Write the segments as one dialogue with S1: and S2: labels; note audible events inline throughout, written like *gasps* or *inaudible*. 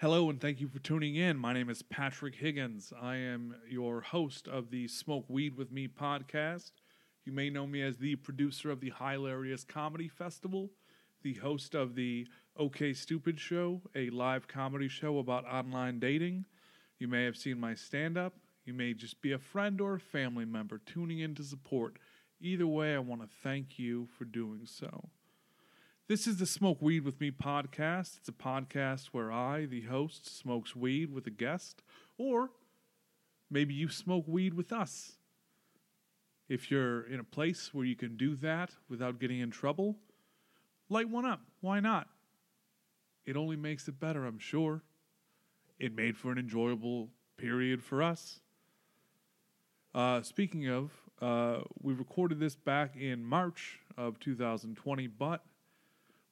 S1: Hello, and thank you for tuning in. My name is Patrick Higgins. I am your host of the Smoke Weed with Me podcast. You may know me as the producer of the Hilarious Comedy Festival, the host of the OK Stupid Show, a live comedy show about online dating. You may have seen my stand up. You may just be a friend or a family member tuning in to support. Either way, I want to thank you for doing so. This is the Smoke Weed with Me podcast. It's a podcast where I, the host, smokes weed with a guest, or maybe you smoke weed with us. If you're in a place where you can do that without getting in trouble, light one up. Why not? It only makes it better, I'm sure. It made for an enjoyable period for us. Uh, speaking of, uh, we recorded this back in March of 2020, but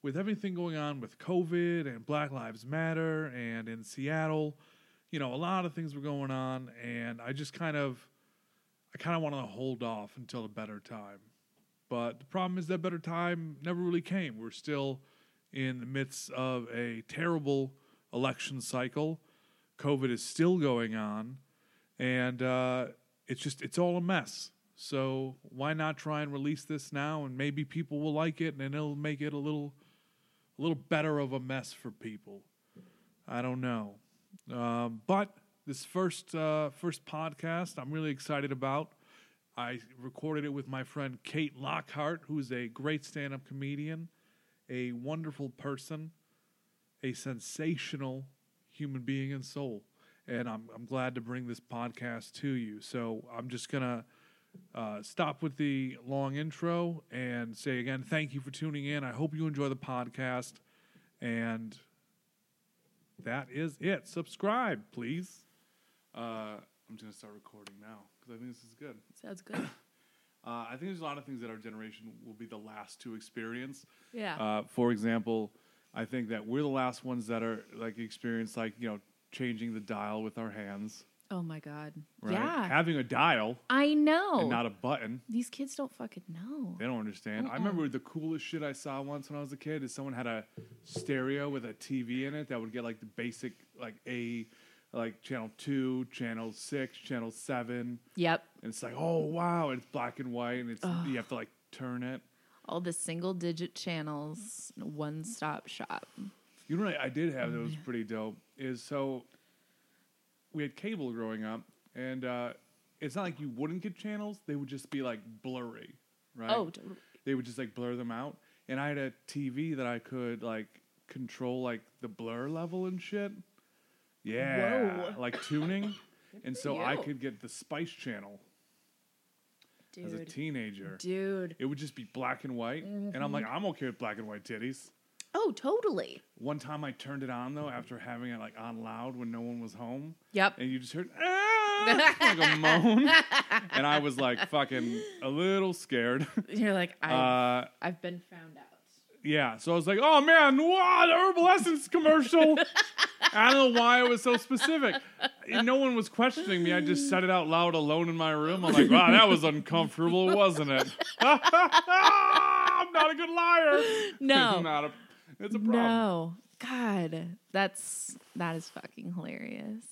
S1: with everything going on with COVID and Black Lives Matter and in Seattle, you know, a lot of things were going on, and I just kind of, I kind of wanted to hold off until a better time. But the problem is that better time never really came. We're still in the midst of a terrible election cycle. COVID is still going on, and uh, it's just it's all a mess. So why not try and release this now, and maybe people will like it, and it'll make it a little a little better of a mess for people. I don't know, um, but this first uh, first podcast I'm really excited about. I recorded it with my friend Kate Lockhart, who's a great stand up comedian, a wonderful person, a sensational human being and soul. And I'm, I'm glad to bring this podcast to you. So I'm just going to uh, stop with the long intro and say again, thank you for tuning in. I hope you enjoy the podcast. And that is it. Subscribe, please. Uh, I'm just going to start recording now because I think this is good.
S2: Sounds good. *clears throat*
S1: Uh, I think there's a lot of things that our generation will be the last to experience.
S2: Yeah.
S1: Uh, for example, I think that we're the last ones that are like experience like you know changing the dial with our hands,
S2: oh my god.
S1: right?
S2: Yeah. Oh.
S1: Having a dial
S2: I know.
S1: and not a button.
S2: These kids don't fucking know.
S1: They don't understand. I remember the coolest shit I saw once when I was a kid is someone had a stereo with a TV in it that would get like the basic like a like channel two, channel six, channel seven,
S2: Yep.
S1: and it's like oh wow, it's black and white, and it's you have to like turn it.
S2: All the single digit channels, one stop shop.
S1: You know what I I did have that was
S2: Mm-hmm.
S1: pretty dope is so we had cable growing up, and uh, it's not like you wouldn't get channels; they would just be like blurry, right?
S2: Oh, totally.
S1: they would just like blur them out. And I had a TV that I could like control like the blur level and shit. Yeah,
S2: Whoa.
S1: like
S2: *laughs*
S1: tuning, and so I
S2: you.
S1: could get the Spice Channel as a
S2: dude.
S1: teenager.
S2: Dude.
S1: It would just be black and white, and I'm like,
S2: Mm-hmm.
S1: I'm okay with black and white titties.
S2: Oh, totally.
S1: One time I turned it on though
S2: Mm-hmm.
S1: after having it like on loud when no one was home.
S2: Yep.
S1: And you just heard ah, like
S2: *laughs*
S1: a moan, and I was like fucking a little
S2: *laughs*
S1: scared.
S2: You're like, I,
S1: Uh,
S2: I've been
S1: *laughs*
S2: found out.
S1: yeah, so I was like, oh man, wow, the Herbal Essence commercial. I don't know why it was so specific. And no one was questioning me. I just said it out loud alone in my room. I'm like, wow, that was uncomfortable, wasn't it? *laughs* I'm not a good liar. *laughs*
S2: No.
S1: not a, it's a problem.
S2: No. God. That's, that is fucking hilarious.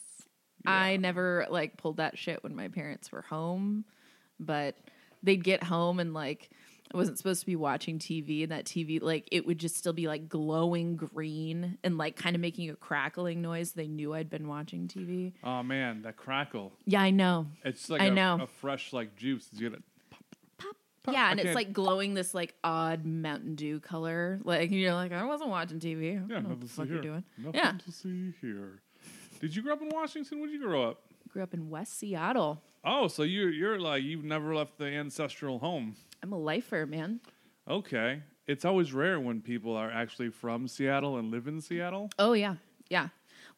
S2: I never like pulled that shit when my parents were home, but they'd get home and like I wasn't supposed to be watching TV and that TV like it would just still be like glowing green and like kind of making a crackling noise. They knew I'd been watching TV.
S1: Oh man, that crackle.
S2: Yeah, I know.
S1: It's like
S2: I
S1: a-
S2: know.
S1: a fresh like juice. You get it.
S2: yeah, and
S1: Oh, okay.
S2: it's like glowing this like odd Mountain Dew color. Like you're like I wasn't watching TV. I don't
S1: Yeah,
S2: know
S1: nothing
S2: what the
S1: to
S2: fuck
S1: see
S2: Oh, you're
S1: here.
S2: doing.
S1: Nothing
S2: Yeah,
S1: to see here. Did you grow up in Washington? Where'd you grow up?
S2: grew up in West Seattle.
S1: Oh, so you you're like you've never left the ancestral home.
S2: I'm a lifer, man.
S1: Okay. It's always rare when people are actually from Seattle and live in Seattle.
S2: Oh yeah, yeah.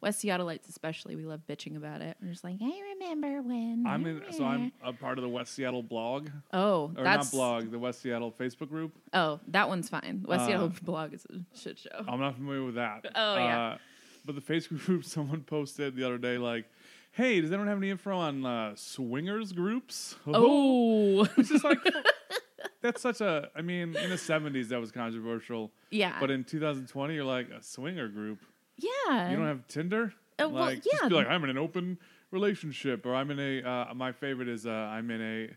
S2: West Seattleites especially, we love bitching about it. We're just like, I remember when.
S1: I'm in so I'm a part of the West Seattle blog.
S2: *laughs* Oh,
S1: Or
S2: that's
S1: not blog, the West Seattle Facebook group.
S2: Oh, that one's fine. West
S1: Uh,
S2: Seattle *laughs* blog is a shit show.
S1: I'm not familiar with that. Uh,
S2: Oh, yeah.
S1: But the Facebook *laughs* group someone posted the other day like, "Hey, does anyone have any info on uh, swingers groups?" *laughs*
S2: Oh, *laughs*
S1: It's just like that's such a I mean, in the 70s that was controversial,
S2: yeah,
S1: but in 2020 you're like a swinger group.
S2: Yeah.
S1: You don't have Tinder?
S2: Uh, well,
S1: like, just be
S2: yeah.
S1: like, I'm in an open relationship, or I'm in a. Uh, my favorite is uh, I'm in a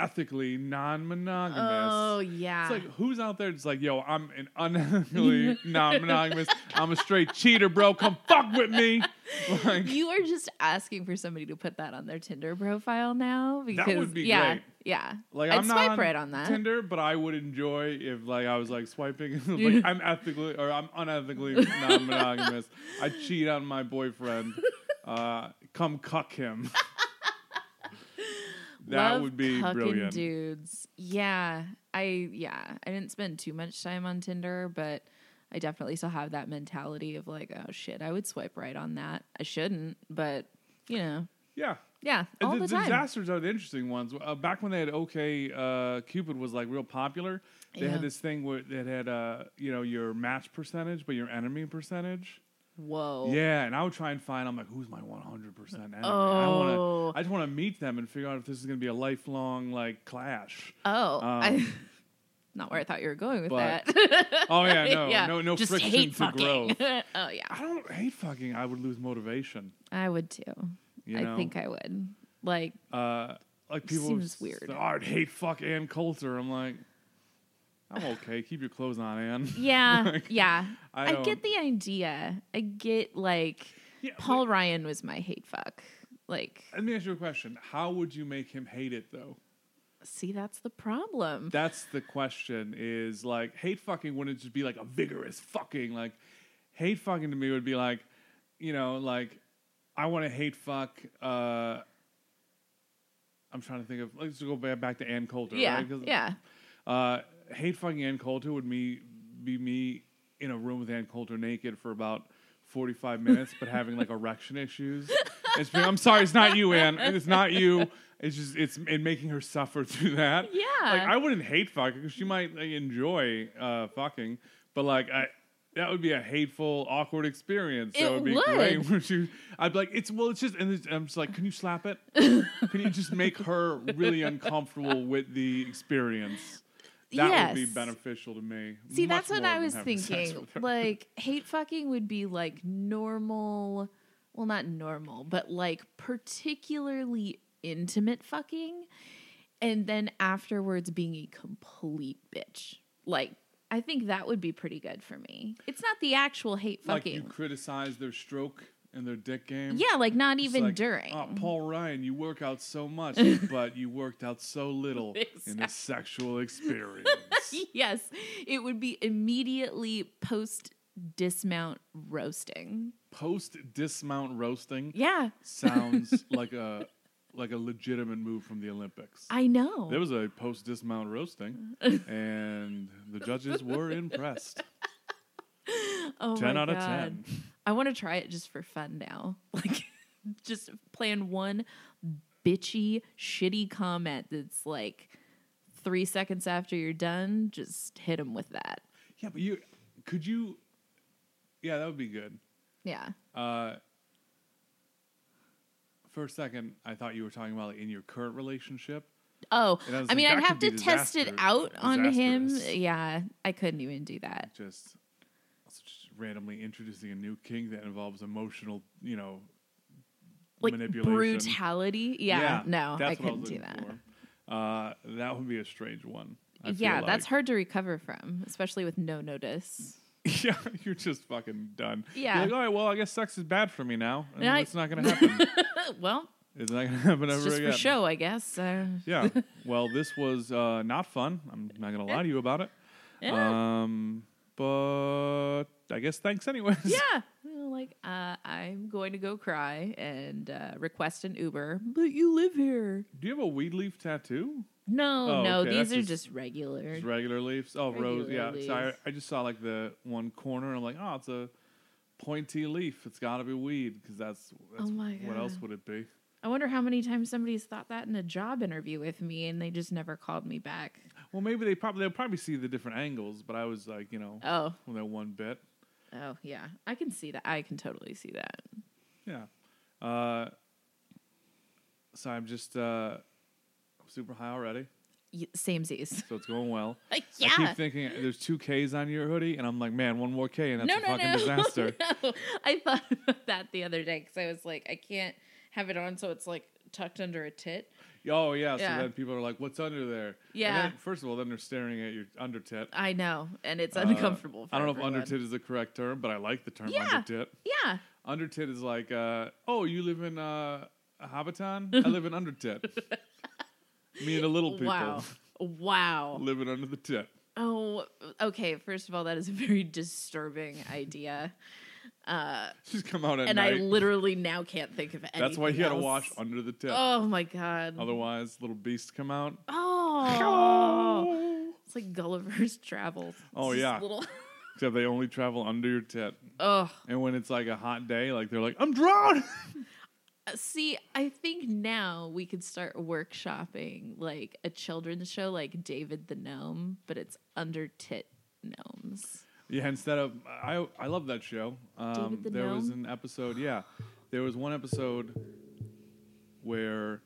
S1: ethically non-monogamous.
S2: oh yeah.
S1: It's like *laughs* who's out there just like, yo, I'm
S2: *laughs*
S1: an unethically non-monogamous. I'm a straight cheater, bro. Come fuck with
S2: *laughs*
S1: me. Like,
S2: you are just asking for somebody to put that on their Tinder profile now
S1: That
S2: because
S1: would be
S2: yeah,
S1: great.
S2: yeah.
S1: like
S2: I'd
S1: am
S2: swipe
S1: not on
S2: right on that.
S1: Tinder, but I would enjoy if like I was like swiping. *laughs* like I'm ethically or I'm unethically non-monogamous. I cheat on my boyfriend. Uh, come cuck him. *laughs* that
S2: Love
S1: would be
S2: cucking
S1: brilliant.
S2: dudes. Yeah, I yeah, I didn't spend too much time on Tinder, but I definitely still have that mentality of like, oh shit, I would swipe right on that. I shouldn't, but you know,
S1: Yeah.
S2: yeah,
S1: And
S2: all
S1: the,
S2: the time.
S1: disasters are the interesting ones. Uh, back when they had OK uh, Cupid was like real popular. They
S2: Yeah.
S1: had this thing where that had uh, you know your match percentage, but your enemy percentage.
S2: Whoa.
S1: Yeah, and I would try and find. I'm like, who's my 100 percent enemy? I
S2: Oh.
S1: want to. I just want to meet them and figure out if this is going to be a lifelong like clash.
S2: Oh,
S1: Um,
S2: *laughs* I, not where I thought you were going with
S1: but- *laughs*
S2: that.
S1: Oh
S2: *laughs*
S1: yeah, no,
S2: yeah,
S1: no, no
S2: just
S1: friction
S2: hate
S1: to
S2: fucking.
S1: growth.
S2: *laughs* oh yeah,
S1: I don't hate fucking. I would lose motivation.
S2: I would too.
S1: You
S2: I
S1: know?
S2: think I would.
S1: *laughs*
S2: Like,
S1: uh, like people
S2: Seems
S1: s-
S2: weird.
S1: Oh, I'd hate fuck Ann Coulter. I'm like,
S2: *sighs*
S1: I'm okay. Keep your clothes on, Ann.
S2: yeah,
S1: Like,
S2: yeah.
S1: I
S2: I,
S1: don't-
S2: get the idea. I get like
S1: Yeah, but-
S2: Paul Ryan was my hate fuck. Like,
S1: Let me ask you a question. How would you make him hate it though?
S2: see, that's the problem.
S1: That's the question. Is like hate fucking wouldn't just be like a vigorous fucking like hate fucking to me would be like, you know, like I want to hate fuck. uh I'm trying to think of. Let's go ba- back to Ann Coulter.
S2: yeah,
S1: right? 'Cause
S2: yeah.
S1: Uh, hate fucking Ann Coulter would me be me in a room with Ann Coulter naked for about forty five minutes, but having like erection issues. It's being, I'm sorry, it's not you, Ann. It's not you. It's just it's and making her suffer *laughs* through that.
S2: Yeah.
S1: like I wouldn't hate fucking because she might like, enjoy uh, fucking, but like I. That would be a hateful, awkward experience.
S2: It
S1: that would be
S2: would.
S1: great. *laughs* Where she, I'd be like, "It's well, it's just," and it's- I'm just like, "Can you slap it? Can you just make her
S2: *laughs*
S1: really uncomfortable with the experience? That would be
S2: Yes.
S1: beneficial to me.
S2: See,
S1: Much
S2: that's what
S1: more
S2: I
S1: than
S2: was
S1: having sex
S2: thinking.
S1: with her. *laughs*
S2: Like, hate fucking would be like normal, well, not normal, but like particularly intimate fucking. And then afterwards being a complete bitch. Like, I think that would be pretty good for me. It's not the actual hate
S1: like you
S2: fucking.
S1: criticize their stroke and their dick game.
S2: yeah, like not
S1: It's
S2: even
S1: like,
S2: during.
S1: "Oh, Paul Ryan, you work out so
S2: *laughs*
S1: much, but you worked out so little in
S2: Exactly.
S1: this
S2: *laughs*
S1: sexual experience.
S2: yes, it would be immediately post dismount roasting.
S1: Post dismount
S2: *laughs*
S1: roasting
S2: Yeah,
S1: sounds like a like a legitimate move from the Olympics.
S2: I know.
S1: There was a post dismount
S2: *laughs*
S1: roasting, and the judges were impressed.
S2: oh
S1: 10
S2: my
S1: out of 10.
S2: God. I want to try it just for fun now. *laughs* Like, just plan one bitchy, shitty comment that's like three seconds after you're done, just hit him with that.
S1: Yeah, but you could you? Yeah, that would be good.
S2: Yeah.
S1: Uh, for a second, I thought you were talking about like, in your current relationship.
S2: Oh,
S1: And I was
S2: I
S1: like,
S2: mean,
S1: that
S2: I'd
S1: could
S2: have
S1: be
S2: to test it
S1: disaster-
S2: out on him.
S1: disastrous.
S2: Yeah, I couldn't even do that.
S1: Just, just randomly introducing a new king that involves emotional, you know,
S2: Like
S1: manipulation.
S2: brutality. Yeah, no, I
S1: that's what
S2: couldn't
S1: was
S2: do
S1: looking
S2: that.
S1: for. Uh, that would be a strange one. I feel
S2: Yeah, that's
S1: like. *laughs*
S2: hard to recover from, especially with no notice.
S1: Yeah, you're just fucking done.
S2: Yeah.
S1: You're like, all right, well, I guess sex is bad for me now. And
S2: And I-
S1: it's not going to happen.
S2: Uh, well,
S1: it's not going to *laughs* happen ever
S2: it's just
S1: again.
S2: for show, I guess. Uh,
S1: Yeah. Well, this was uh, not fun. I'm not going to lie to you about it. Um, but I guess thanks anyways.
S2: *laughs* Yeah. You know, Like, uh, I'm going to go cry and uh, request an Uber. But you live here.
S1: *laughs* Do you have a weed leaf tattoo?
S2: No,
S1: Oh,
S2: no,
S1: okay,
S2: these
S1: that's
S2: are
S1: just-
S2: just, regular.
S1: Just regular leaves. Oh, rose. Yeah.
S2: Regular
S1: So I,
S2: leaves.
S1: I just saw like the one corner. I'm like, oh, it's a pointy leaf. It's got to be weed because that's, that's
S2: Oh my
S1: what
S2: God.
S1: else would it be?
S2: I wonder how many times somebody's thought that in a job interview with me and they just never called me back.
S1: Well, maybe they probably they'll probably see the different angles, but I was like, you know,
S2: Oh,
S1: on that one bit.
S2: oh, yeah. I can see that. I can totally see that.
S1: Yeah. Uh, so I'm just uh, I'm super high already.
S2: y- *laughs* samesies.
S1: So it's going well.
S2: Like,
S1: I
S2: Uh, yeah.
S1: keep thinking there's two K's on your hoodie, and I'm like, man, one more K, and that's
S2: no,
S1: a
S2: no,
S1: fucking
S2: no.
S1: disaster.
S2: *laughs* no. I thought *laughs* about that the other day because I was like, I can't have it on so it's like tucked under a tit.
S1: Oh yeah,
S2: Yeah.
S1: So then people are like, what's under there? And
S2: Yeah.
S1: then- first of all, then they're staring at your under tit.
S2: I know, and it's
S1: Uh,
S2: uncomfortable. For
S1: I don't know if under
S2: everyone.
S1: tit is the correct term, but I like the term
S2: Yeah.
S1: under tit.
S2: Yeah,
S1: Under tit is like, uh, oh, you live in uh,
S2: *laughs*
S1: Hobbiton? I live in under tit. Me and the little people *laughs*
S2: Wow. Wow.
S1: living under the tit.
S2: Oh, okay. First of all, that is a very disturbing idea. Uh,
S1: *laughs* She's come out at
S2: and I
S1: night.
S2: literally now can't think of anything.
S1: That's why you got to
S2: else.
S1: wash under the tit.
S2: Oh my god.
S1: Otherwise, little beasts come out.
S2: Oh.
S1: *laughs*
S2: It's like Gulliver's *laughs* Travels. It's
S1: Oh,
S2: just
S1: yeah. *laughs*
S2: Little. *laughs*
S1: Except they only travel under your tit.
S2: Oh.
S1: And when it's like a hot day, like they're like, I'm drowning.
S2: See, I think now we could start workshopping like a children's show like David the Gnome, but it's under tit gnomes.
S1: *laughs* yeah, instead of I, I love that show. Um,
S2: David the
S1: there was
S2: Gnome?
S1: an episode. Yeah, there was one episode where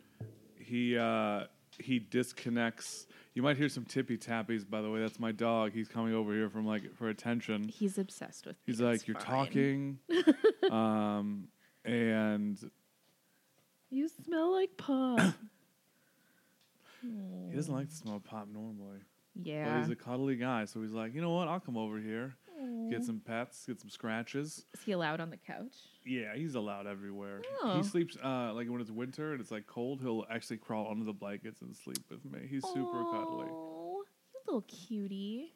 S1: he uh, he disconnects. You might hear some tippy tappies. By the way, that's my dog. He's coming over here from like for attention.
S2: He's obsessed with
S1: He's
S2: me,
S1: like,
S2: it's
S1: you're
S2: fine.
S1: talking,
S2: *laughs*
S1: um, and
S2: You smell like
S1: *coughs*
S2: pop.
S1: he doesn't like to smell pop normally. But
S2: Mm. yeah.
S1: he's a cuddly guy, so he's like, you know what? I'll come over here,
S2: Mm.
S1: get some pets, get some scratches.
S2: Is he allowed on the couch?
S1: Yeah, he's allowed everywhere.
S2: Oh.
S1: He sleeps uh, like when it's winter and it's like cold. He'll actually crawl under the blankets and sleep with me. He's super cuddly.
S2: Aw, You little cutie.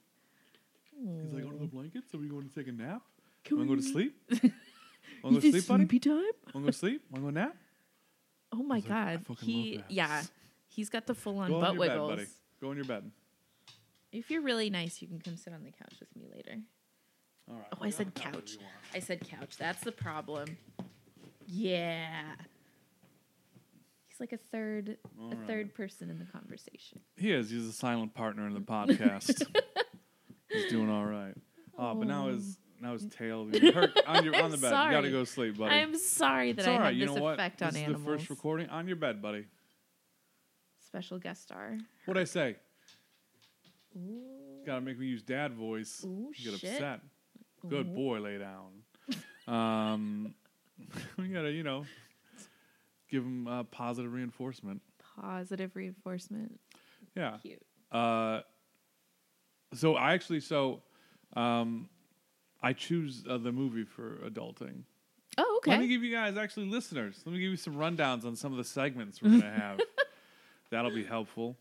S1: He's like under the blankets. Are we going to take a nap?
S2: Can
S1: Want to go to
S2: we-
S1: sleep?
S2: *laughs*
S1: Want to go
S2: Is it
S1: sleep, buddy?
S2: sleepy time?
S1: Want to go sleep? Want to go nap?
S2: Oh my
S1: was like, I
S2: god.
S1: fucking love
S2: he
S1: that.
S2: yeah. He's got the full on
S1: go
S2: butt
S1: on your
S2: wiggles.
S1: bed, buddy. Go on your bed.
S2: If you're really nice, you can come sit on the couch with me later.
S1: All right.
S2: Oh, I said couch. I said couch. That's the problem. Yeah. He's like a third
S1: All
S2: a
S1: right.
S2: third person in the conversation.
S1: He is. He's a silent partner
S2: *laughs*
S1: in the podcast. he's doing all right. Oh, but now his now his tail getting hurt on your on the
S2: I'm
S1: bed. You gotta
S2: sorry.
S1: go sleep, buddy.
S2: I'm sorry that
S1: it's
S2: I
S1: all
S2: had
S1: right.
S2: this
S1: You know what?
S2: effect
S1: This
S2: on
S1: is
S2: animals.
S1: the first recording on your bed, buddy.
S2: Special guest star.
S1: What I say?
S2: Ooh.
S1: Gotta make me use dad voice.
S2: Ooh,
S1: you get
S2: shit.
S1: upset. Good boy, lay down. Um, *laughs* we gotta, you know, give him uh, positive reinforcement.
S2: Positive reinforcement.
S1: Yeah.
S2: Cute.
S1: Uh, so I actually, so um, I choose uh, the movie for adulting.
S2: Oh,
S1: Let me
S2: okay.
S1: give you guys, actually, listeners, let me give you some rundowns on some of the segments we're gonna have. That'll be helpful.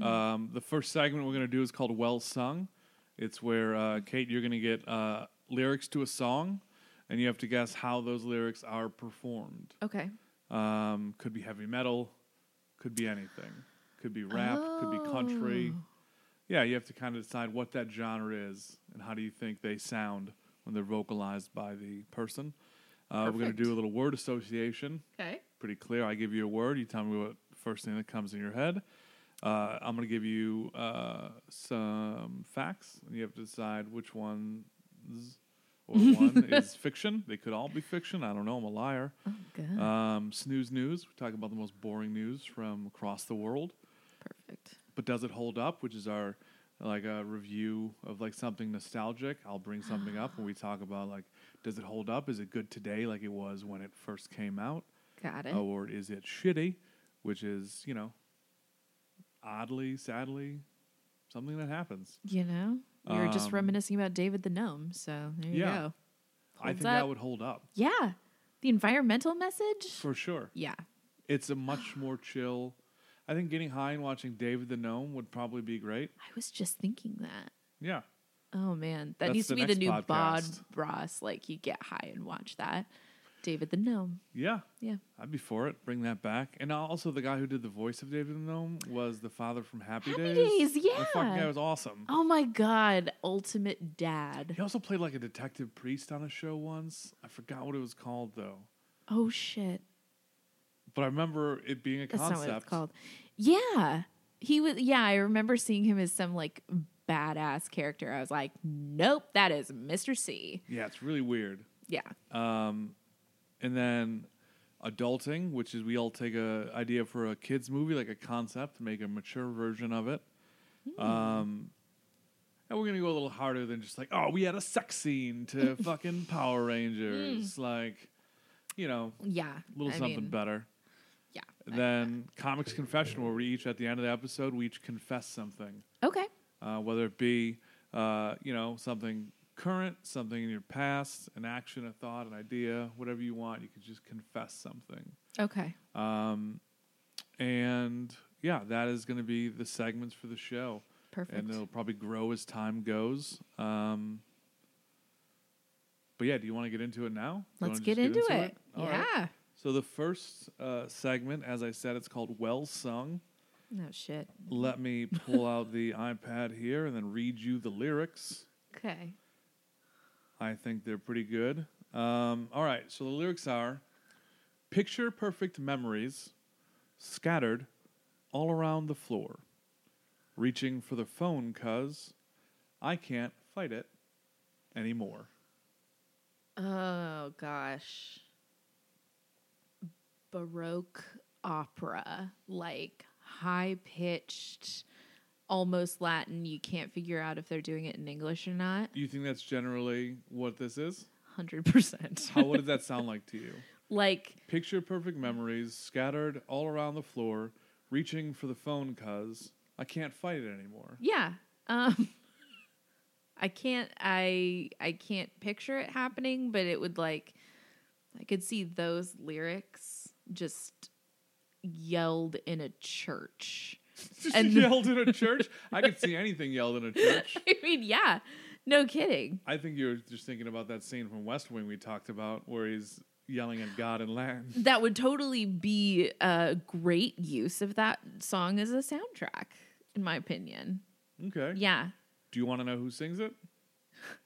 S1: Um, the first segment we're gonna do is called Well Sung. It's where uh, Kate, you're gonna get uh, lyrics to a song, and you have to guess how those lyrics are performed.
S2: Okay.
S1: Um, could be heavy metal, could be anything, could be rap, could be country.
S2: Oh.
S1: Yeah, you have to kind of decide what that genre is and how do you think they sound when they're vocalized by the person. Uh, we're gonna
S2: Perfect.
S1: do a little word association.
S2: Okay.
S1: Pretty clear. I give you a word. You tell me what first thing that comes in your head. Uh, I'm gonna give you uh, some facts, and you have to decide which ones
S2: *laughs*
S1: or one is fiction. They could all be fiction. I don't know. I'm a liar.
S2: Oh, good.
S1: Um, snooze news. We talk about the most boring news from across the world,
S2: Perfect.
S1: but does it hold up? Which is our like a review of like something nostalgic. I'll bring something up when we talk about like does it hold up? Is it good today like it was when it first came out, Uh,
S2: Got it.
S1: or is it shitty? Which is you know oddly, sadly, something that happens.
S2: You know, we were just
S1: Um,
S2: reminiscing about David the Gnome, so there you
S1: yeah.
S2: go.
S1: I
S2: Holds
S1: think
S2: up.
S1: that would hold up
S2: Yeah. The environmental message?
S1: for sure.
S2: Yeah.
S1: It's a much more chill. I think getting high and watching David the Gnome would probably be great.
S2: I was just thinking that.
S1: Yeah.
S2: Oh man, that
S1: That's
S2: needs to
S1: the
S2: be the
S1: next
S2: new Bod
S1: podcast.
S2: Ross. Like you get high and watch that. David the Gnome.
S1: Yeah.
S2: Yeah.
S1: I'd be for it. Bring that back. And also, the guy who did the voice of David the Gnome was the father from Happy,
S2: Happy
S1: Days.
S2: Days,
S1: The fucking
S2: yeah.
S1: guy was awesome.
S2: Oh my god, ultimate dad.
S1: He also played like a detective priest on a show once. I forgot what it was called, though.
S2: Oh shit.
S1: But I remember it being a
S2: That's
S1: concept.
S2: not what it's called. Yeah. He was yeah, I remember seeing him as some like badass character. I was like, "Nope, that is Mr. C."
S1: Yeah, it's really weird.
S2: Yeah.
S1: And then adulting, which is we all take a idea for a kids movie, like a concept, make a mature version of it.
S2: Hmm.
S1: Um, and we're gonna go a little harder than just like, oh, we had a sex scene
S2: *laughs*
S1: to fucking Power Rangers, like, you know,
S2: Yeah.
S1: a little
S2: Hmm. I
S1: something
S2: mean,
S1: better.
S2: Yeah.
S1: And then comics confession, where we each at the end of the episode we each confess something,
S2: Okay.
S1: uh, whether it be, uh, you know, something current, something in your past, an action, a thought, an idea, whatever you want. You could just confess something.
S2: Okay.
S1: Um, and yeah, that is going to be the segments for the show,
S2: Perfect.
S1: and it'll probably grow as time goes. Um, but yeah, do you want to get into it now? Do you
S2: Let's
S1: wanna just
S2: get into, it.
S1: All
S2: yeah.
S1: right. So the first uh, segment, as I said, it's called "Well Sung."
S2: No shit.
S1: Let me pull out the *laughs* iPad here and then read you the lyrics.
S2: Okay.
S1: I think they're pretty good. Um, all right, so the lyrics are Picture perfect memories scattered all around the floor. Reaching for the phone, cuz I can't fight it anymore.
S2: Oh gosh. Baroque opera, like high pitched, almost Latin. You can't figure out if they're doing it in English or not.
S1: Do you think that's generally what this is?
S2: 100%.
S1: How, what does that sound like to you? *laughs*
S2: like,
S1: Picture perfect memories scattered all around the floor. Reaching for the phone, cuz I can't fight it anymore. *laughs*
S2: yeah. Um I can't I I can't picture it happening, but it would like I could see those lyrics just yelled in a church. *laughs*
S1: Just
S2: And-
S1: yelled in a church? I could see anything yelled in a church.
S2: I mean, yeah. No kidding.
S1: I think you were just thinking about that scene from West Wing we talked about where he's yelling at God and
S2: *laughs*
S1: land.
S2: that would totally be a great use of that song as a soundtrack in my opinion
S1: Okay.
S2: yeah
S1: Do you want to know who sings it?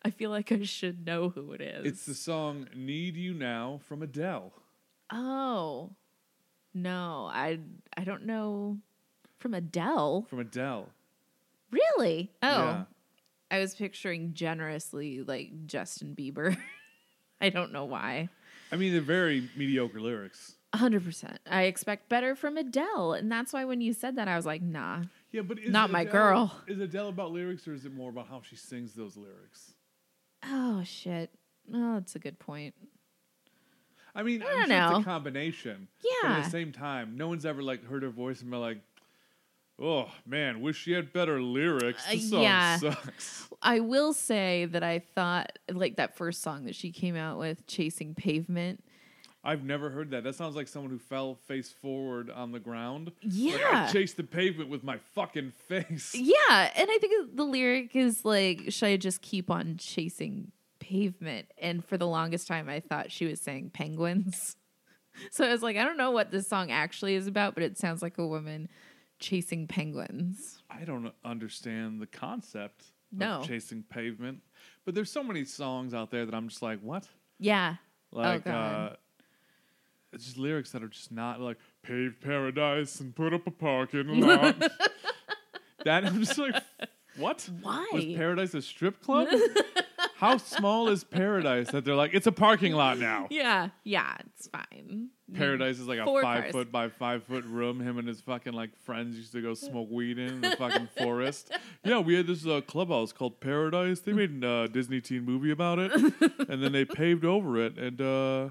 S2: i feel like i should know who it is
S1: It's the song Need You Now from Adele.
S2: oh no i i don't know from adele
S1: From Adele.
S2: really oh
S1: Yeah.
S2: i was picturing generously like justin bieber *laughs* i don't know why
S1: I mean, they're very mediocre lyrics.
S2: 100% i expect better from adele and that's why when you said that i was like nah
S1: Yeah, but is
S2: Not my
S1: Adele-
S2: girl.
S1: Is Adele about lyrics or is it more about how she sings those lyrics?
S2: oh shit oh that's a good point
S1: I mean,
S2: I
S1: I'm
S2: don't
S1: sure it's
S2: know.
S1: a combination. But at
S2: yeah
S1: the same time, no one's ever like heard her voice and been like, "Oh man, wish she had better lyrics."
S2: Uh,
S1: This song
S2: yeah.
S1: sucks.
S2: I will say that I thought like that first song that she came out with, Chasing Pavement.
S1: I've never heard that. That sounds like someone who fell face forward on the ground. Like, I
S2: Yeah.
S1: chased the pavement with my fucking face.
S2: Yeah. And I think the lyric is like, should I just keep on chasing pavement? And for the longest time I thought she was saying penguins. *laughs* So I was like, I don't know what this song actually is about, but it sounds like a woman chasing penguins.
S1: I don't understand the concept
S2: No.
S1: of chasing pavement. But there's so many songs out there that I'm just like, what?
S2: Yeah.
S1: Like
S2: God.
S1: uh it's just lyrics that are just not like pave paradise and put up a
S2: *laughs*
S1: parking lot. that I'm just like what? Was
S2: Why?
S1: paradise a strip
S2: *laughs*
S1: club? How small is paradise that they're like, it's a parking lot now?
S2: yeah. Yeah. It's fine.
S1: Paradise is like a
S2: Four
S1: five
S2: cars.
S1: foot by five foot room. Him and his fucking like friends used to go smoke weed in the
S2: *laughs*
S1: fucking forest. Yeah, we had this uh, clubhouse called Paradise. They made a uh, Disney teen movie about it, and then they
S2: *laughs*
S1: paved over it. And uh,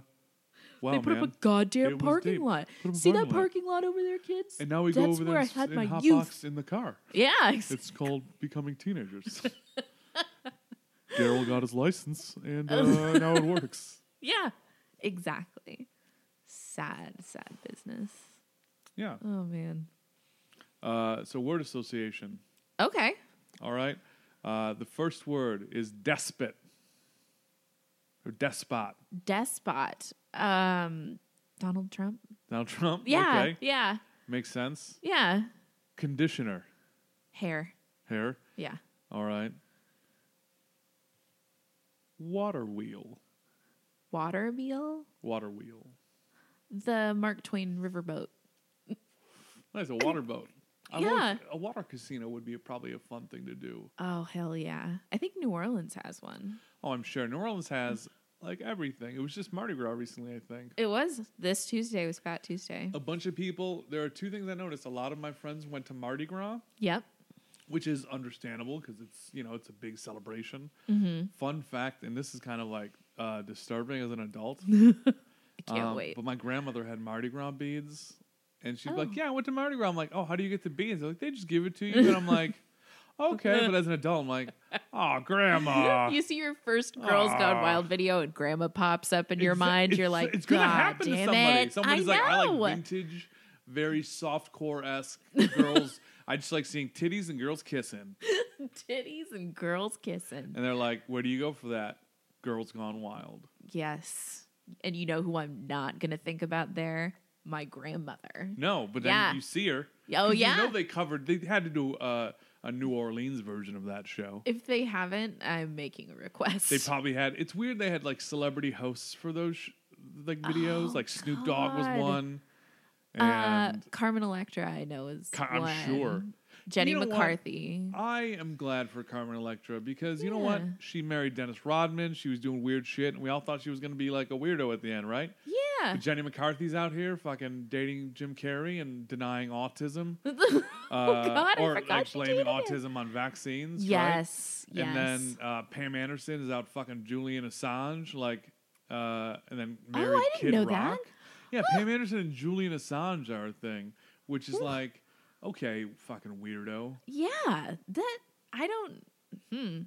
S1: wow,
S2: they put
S1: man!
S2: up a goddamn
S1: It was
S2: parking
S1: deep.
S2: lot.
S1: Put up a
S2: See that
S1: parking
S2: parking lot over there, kids?
S1: and now we go
S2: That's
S1: over there
S2: where I
S1: and, s-
S2: had
S1: and
S2: my
S1: hot
S2: youth.
S1: box in the car.
S2: Yeah. ex-
S1: It's called becoming
S2: *laughs*
S1: teenagers. Daryl got his license, and
S2: *laughs*
S1: uh, now it works.
S2: Yeah. Exactly. Sad, sad business.
S1: Yeah.
S2: Oh man.
S1: Uh, so word association.
S2: Okay.
S1: All right. Uh, the first word is despot or despot.
S2: Despot. Um Donald Trump.
S1: Donald Trump.
S2: Yeah.
S1: Okay.
S2: Yeah.
S1: Makes sense.
S2: Yeah.
S1: Conditioner.
S2: Hair.
S1: Hair.
S2: Yeah.
S1: All right. Water wheel.
S2: Watermobile.
S1: Water wheel.
S2: The Mark Twain riverboat.
S1: That's a water boat. I wonder
S2: Yeah.
S1: if A water casino would be probably a fun thing to do.
S2: Oh hell yeah. I think New Orleans has one.
S1: Oh, I'm sure. New Orleans has like everything. It was just Mardi Gras recently, I think.
S2: It was this Tuesday was Fat
S1: Oh.
S2: Tuesday.
S1: A bunch of people. There are two things I noticed. A lot of my friends went to Mardi Gras.
S2: Yep.
S1: which is understandable because it's you know it's a big celebration.
S2: Mm-hmm.
S1: Fun fact, and this is kind of like uh, disturbing as an
S2: *laughs*
S1: adult.
S2: I can't
S1: um,
S2: wait.
S1: But my grandmother had Mardi Gras beads, and she's
S2: Oh.
S1: like, "Yeah, I went to Mardi Gras." I'm like, "Oh, how do you get the beads?" They're like, "They just give it to you," and I'm
S2: *laughs*
S1: like, "Okay." But as an adult, I'm like, "Oh, grandma."
S2: *laughs* you see your first Girls Gone
S1: Aw.
S2: Wild video and grandma pops up in your
S1: Exa-
S2: mind. You're
S1: it's-
S2: like,
S1: it's gonna
S2: "God
S1: happen to
S2: damn
S1: somebody.
S2: it.
S1: Somebody's like,
S2: I
S1: I
S2: know.
S1: like vintage, very soft core esque girls. I just like seeing titties and girls kissing,
S2: *laughs* Titties and girls kissing.
S1: and they're like, "Where do you go for that?" Girls gone wild.
S2: Yes. And you know who I'm not going to think about there? My grandmother.
S1: No, but then
S2: Yeah.
S1: you see her.
S2: Oh,
S1: 'Cause
S2: yeah.
S1: You know they covered. They had to do uh, a New Orleans version of that show.
S2: If they haven't, I'm making a request.
S1: They probably had. It's weird. They had like celebrity hosts for those sh- like videos.
S2: Oh,
S1: like Snoop Dogg was
S2: God.
S1: one,
S2: uh,
S1: and
S2: Carmen Electra, I know is.
S1: Ca- I'm
S2: one.
S1: sure.
S2: Jenny
S1: You know what?
S2: McCarthy.
S1: I am glad for Carmen Electra because you know what?
S2: Yeah.
S1: She married Dennis Rodman. She was doing weird shit, and we all thought she was going to be like a weirdo at the end, right?
S2: Yeah.
S1: But Jenny McCarthy's out here fucking dating Jim Carrey and denying autism,
S2: *laughs* *laughs* oh
S1: uh,
S2: God, I
S1: or
S2: forgot
S1: like
S2: she
S1: blaming
S2: dated him.
S1: autism on vaccines. right?
S2: yes. Yes.
S1: And then uh, Pam Anderson is out fucking Julian Assange, like, uh, and then married
S2: Oh, I didn't
S1: Kid
S2: know that.
S1: Rock.
S2: *gasps*
S1: Yeah, Pam Anderson and Julian Assange are a thing, which is like, okay, fucking weirdo.
S2: yeah. That I don't. Hmm.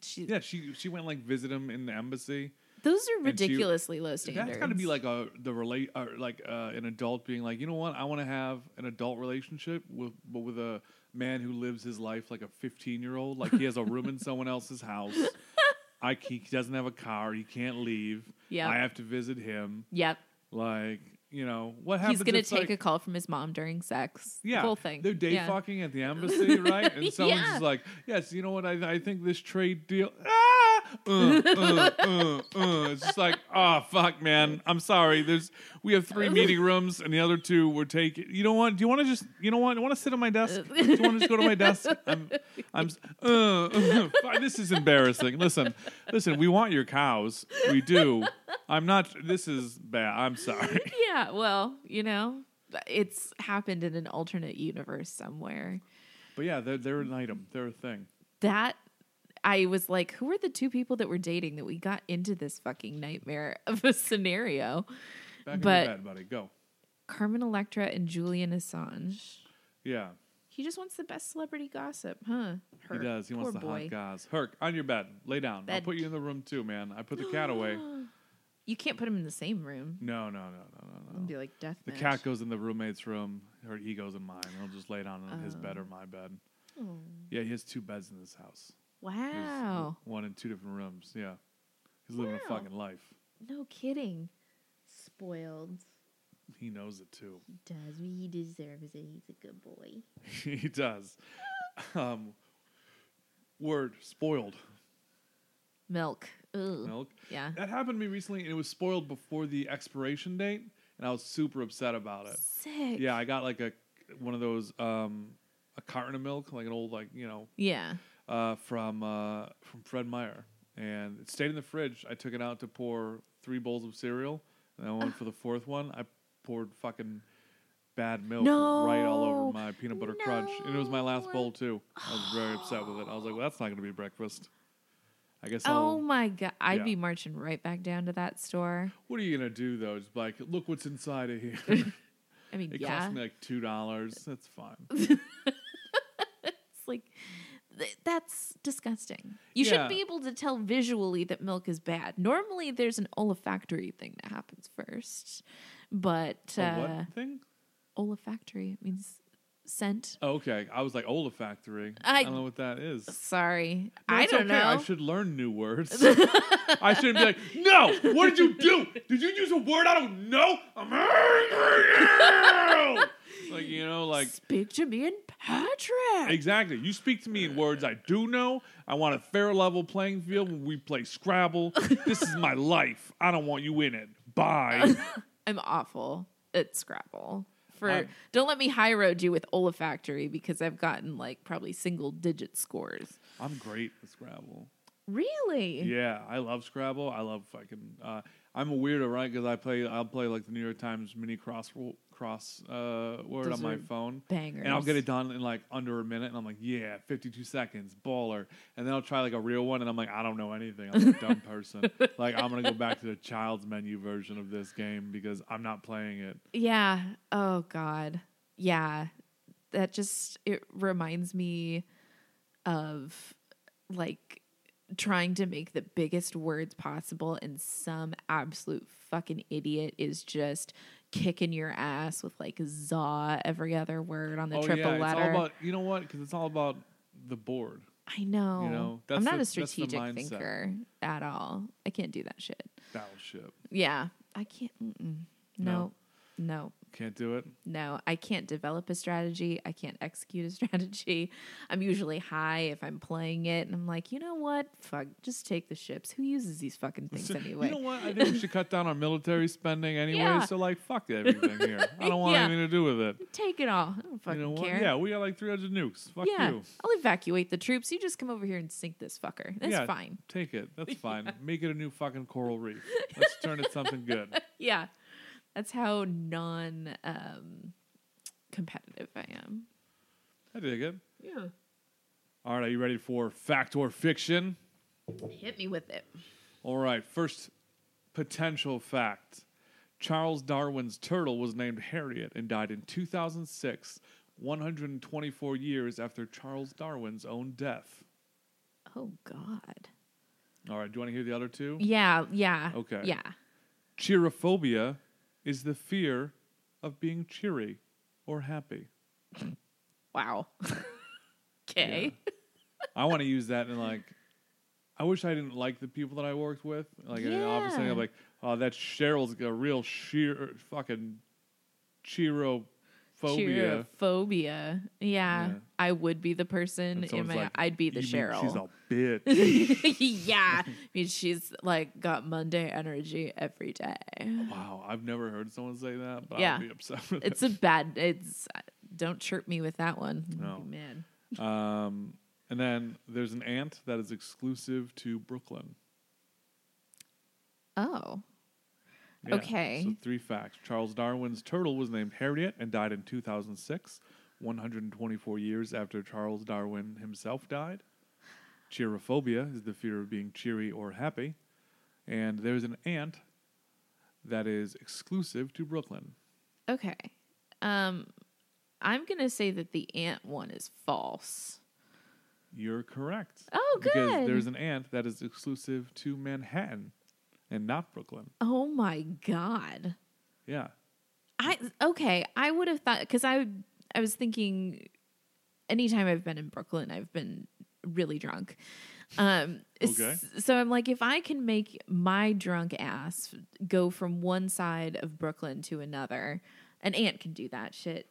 S2: She,
S1: Yeah, she she went like visit him in the embassy.
S2: Those are
S1: she-
S2: ridiculously low standards.
S1: That's got to be like a the relate or like uh, an adult being like, you know what, I want to have an adult relationship with but with a man who lives his life like a fifteen year old. Like he has a room
S2: *laughs*
S1: in someone else's house. I he doesn't have a car. He can't leave.
S2: Yeah.
S1: I have to visit him.
S2: Yep.
S1: Like you know what happens?
S2: He's gonna
S1: if,
S2: take
S1: like,
S2: a call from his mom during sex. The
S1: yeah,
S2: whole thing.
S1: They're day
S2: yeah.
S1: fucking
S2: *laughs*
S1: at the embassy, right? And someone's
S2: Yeah.
S1: just like, "Yes, you know what? I, I think this trade deal." Ah, uh, uh, uh, uh. It's just like, "Oh fuck, man. I'm sorry. There's we have
S2: *laughs*
S1: three meeting rooms, and the other two were taken. You know what? Do you want to just you know what? Do you want to sit at my
S2: *laughs*
S1: desk? Do you want to just go to my desk? I'm, I'm. s- Uh, uh, *laughs* fuck, this is embarrassing. Listen, listen. We want your cows. We do. I'm not. This is bad. I'm sorry. *laughs*
S2: Yeah. Well, you know, it's happened in an alternate universe somewhere.
S1: But yeah, they're they're an item. They're a thing.
S2: That I was like, who are the two people that were dating that we got into this fucking nightmare *laughs* of a scenario?
S1: Back
S2: But-
S1: in your bed, buddy. Go.
S2: Carmen Electra and Julian Assange.
S1: Yeah,
S2: He just wants the best celebrity gossip, huh? Her.
S1: he does. He
S2: Poor
S1: wants the
S2: boy.
S1: hot guys. Herc, on your bed. Lay down. I'll
S2: Bed.
S1: put you in the room too, man. I put the cat
S2: *gasps*
S1: away.
S2: You can't put him in the same room.
S1: No, no, no, no, no,
S2: It'd
S1: no.
S2: be like death.
S1: The cat goes in the roommate's room. Her he goes in mine. He'll just lay down on his bed
S2: Oh.
S1: or my bed. Yeah, he has two beds in this house. There's
S2: Wow.
S1: One in two different rooms. Yeah. He's living a
S2: Wow.
S1: fucking life.
S2: No kidding. Spoiled.
S1: He knows it too. *laughs*
S3: does. He deserves it. He's a good boy.
S1: he does. Um, word spoiled
S2: Milk. Ugh.
S1: milk.
S2: Yeah.
S1: That happened to me recently, and it was spoiled before the expiration date, and I was super upset about it.
S2: Sick.
S1: Uh, Yeah, I got like a one of those um a carton of milk, like an old like you know
S2: Yeah.
S1: uh, from uh, from Fred Meyer, and it stayed in the fridge. I took it out to pour three bowls of cereal, and I went for the fourth one. I poured fucking bad milk right all
S2: No.
S1: over my peanut butter crunch, and it was my last
S2: No.
S1: bowl too. I was very upset with it. I was like, well, that's not going to be breakfast. I guess.
S2: Oh
S1: I'll,
S2: my god. I'd
S1: yeah.
S2: be marching right back down to that store.
S1: what are you going to do though? Just like, look what's inside of here. *laughs*
S2: I mean,
S1: It
S2: yeah.
S1: cost me like two dollars. That's fine.
S2: It's like th- that's disgusting. You shouldn't
S1: Yeah.
S2: be able to tell visually that milk is bad. Normally there's an olfactory thing that happens first. But
S1: A
S2: uh
S1: what thing?
S2: olfactory means scent.
S1: Oh, okay, I was like olfactory.
S2: I-
S1: I, don't know what that is.
S2: Sorry.
S1: No,
S2: I
S1: it's
S2: don't
S1: okay.
S2: know.
S1: I should learn new
S2: *laughs*
S1: words. I shouldn't be like, no. What did you do? Did you use a word I don't know? I'm angry. at you!" like you know, like
S2: Speak to me and Patrick.
S1: exactly. You speak to me in words I do know. I want a fair level playing field when we play Scrabble. this is
S2: *laughs*
S1: my life. I don't want you in it. Bye.
S2: I'm awful at Scrabble. For
S1: I'm-
S2: don't let me high road you with olfactory because I've gotten like probably single digit scores.
S1: I'm great at Scrabble.
S2: Really?
S1: Yeah, I love Scrabble. I love fucking. Uh, I'm a weirdo, right? Because I play, I'll play like the New York Times mini cross cross uh, word
S2: Those
S1: on my
S2: are
S1: phone,
S2: Bangers.
S1: and I'll get it done in like under a minute, and I'm like, yeah, 52 seconds, baller. And then I'll try like a real one, and I'm like, I don't know anything. I'm
S2: *laughs*
S1: a dumb person. Like I'm gonna go back to the child's menu version of this game because I'm not playing it.
S2: Yeah. Oh God. Yeah. That just it reminds me of like trying to make the biggest words possible and some absolute fucking idiot is just kicking your ass with like za every other word on the triple
S1: Oh, it's
S2: letter.
S1: all about you know what? Because it's all about the board.
S2: I know.
S1: know,
S2: I'm
S1: that's
S2: not
S1: the-
S2: a
S1: that's the
S2: strategic
S1: mindset.
S2: thinker at all. I can't do that shit.
S1: Battleship
S2: Yeah. I can't. Mm-mm.
S1: No.
S2: No. no.
S1: can't do it.
S2: No, I can't develop a strategy. I can't execute a *laughs* strategy. I'm usually high if I'm playing it, and I'm like, you know what? Fuck, just take the ships. Who uses these fucking things
S1: So-
S2: anyway?
S1: You know what? I think we should cut down our military spending anyway.
S2: *laughs* Yeah.
S1: So like, fuck everything here. I don't want
S2: *laughs* Yeah.
S1: anything to do with it.
S2: take it all. I don't fucking
S1: you know what?
S2: care.
S1: Yeah, we got like 300 nukes. Fuck
S2: Yeah,
S1: you.
S2: I'll evacuate the troops. You just come over here and sink this fucker. That's
S1: Yeah.
S2: fine.
S1: Take it.
S2: *laughs*
S1: That's fine. Make it a new fucking coral reef. Let's turn it something good.
S2: *laughs* Yeah, that's how non um, competitive I am.
S1: I dig it.
S2: Yeah,
S1: All right, are you ready for fact or fiction?
S2: hit me with it.
S1: All right, first potential fact. Charles Darwin's turtle was named Harriet and died in 2006, 124 years after Charles Darwin's own death.
S2: Oh God.
S1: All right, do you want to hear the other two?
S2: Yeah. Yeah.
S1: Okay.
S2: Yeah.
S1: Cheerophobia is the fear of being cheery or happy.
S2: Wow. *laughs* okay.
S1: I want to use that in like. I wish I didn't like the people that I worked with. Like in an office, thing,
S2: Yeah.
S1: I'm like, oh, that Cheryl's got a real sheer fucking cheerophobia.
S2: Phobia. Yeah.
S1: Yeah.
S2: I would be the person
S1: And
S2: in
S1: someone's
S2: my
S1: like,
S2: I'd be the
S1: "You mean
S2: Cheryl.
S1: She's a *laughs* bitch.
S2: *laughs* yeah. I mean she's like got Monday energy every day.
S1: wow, I've never heard someone say that, but
S2: Yeah.
S1: I'll be upset with *laughs*
S2: It's a bad it's don't chirp me with that one.
S1: No.
S2: Man.
S1: it. Um, and then there's an ant that is exclusive to Brooklyn.
S2: Oh.
S1: Yeah,
S2: Okay.
S1: So three facts. Charles Darwin's turtle was named Harriet and died in 2006, 124 years after Charles Darwin himself died. Cheerophobia is the fear of being cheery or happy. And there's an ant that is exclusive to Brooklyn.
S2: Okay. Um I'm gonna say that the ant one is false.
S1: You're correct.
S2: Oh,
S1: Because
S2: good.
S1: there's an ant that is exclusive to Manhattan and not Brooklyn.
S2: Oh my god.
S1: Yeah.
S2: I okay. I would have thought because I I was thinking anytime I've been in Brooklyn, I've been really drunk. Um, s-
S1: Okay.
S2: So I'm like, if I can make my drunk ass go from one side of Brooklyn to another, an ant can do that shit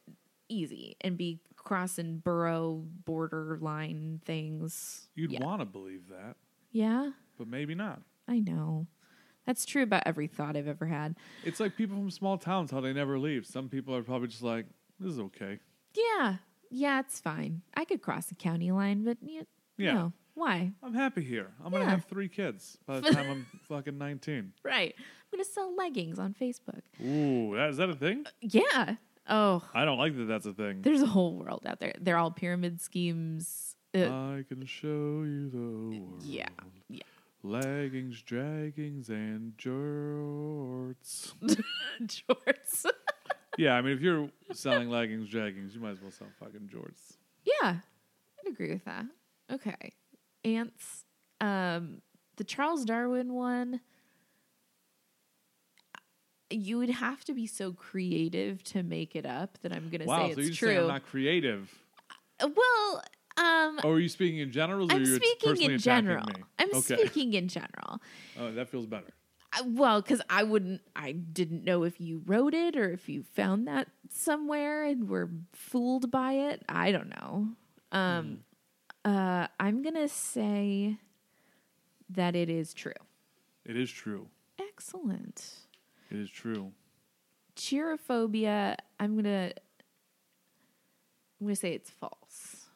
S2: easy and be crossing borough borderline things.
S1: You'd
S2: yeah.
S1: want to believe that,
S2: yeah,
S1: but maybe not.
S2: I know. That's true about every thought I've ever had.
S1: It's like people from small towns how they never leave. Some people are probably just like, "This is okay."
S2: Yeah. Yeah, it's fine. I could cross the county line, but you,
S1: Yeah.
S2: no. Why?
S1: I'm happy here. I'm gonna
S2: Yeah.
S1: have three kids by the time
S2: *laughs*
S1: I'm fucking 19.
S2: Right. I'm going to sell leggings on Facebook.
S1: Ooh, that, is that a thing?
S2: Yeah. Oh,
S1: I don't like that. That's a thing.
S2: there's a whole world out there. They're all pyramid schemes. Uh,
S1: I can show you the world.
S2: yeah. *laughs* Yeah.
S1: Leggings, dragons, and jorts. *laughs*
S2: Jorts.
S1: yeah, I mean, if you're selling leggings, dragons, you might as well sell fucking jorts.
S2: yeah. I'd agree with that. Okay. Ants. Um, the Charles Darwin one. You would have to be so creative to make it up that I'm going to
S1: Wow,
S2: say
S1: so
S2: it's
S1: you're
S2: true.
S1: saying I'm not creative?
S2: *laughs* Well, um,
S1: Or are you speaking in general? Or
S2: I'm
S1: you're
S2: speaking
S1: personally
S2: in
S1: attacking
S2: general.
S1: Me?
S2: I'm
S1: okay.
S2: speaking in general.
S1: Oh, that feels better.
S2: I, well, because I wouldn't, I didn't know if you wrote it or if you found that somewhere and were fooled by it. I don't know.
S1: Mm,
S2: Um,
S1: Hmm.
S2: uh, I'm gonna say that it is true.
S1: It is true.
S2: Excellent.
S1: It is true.
S2: Cheerophobia. I'm gonna. I'm gonna say it's false.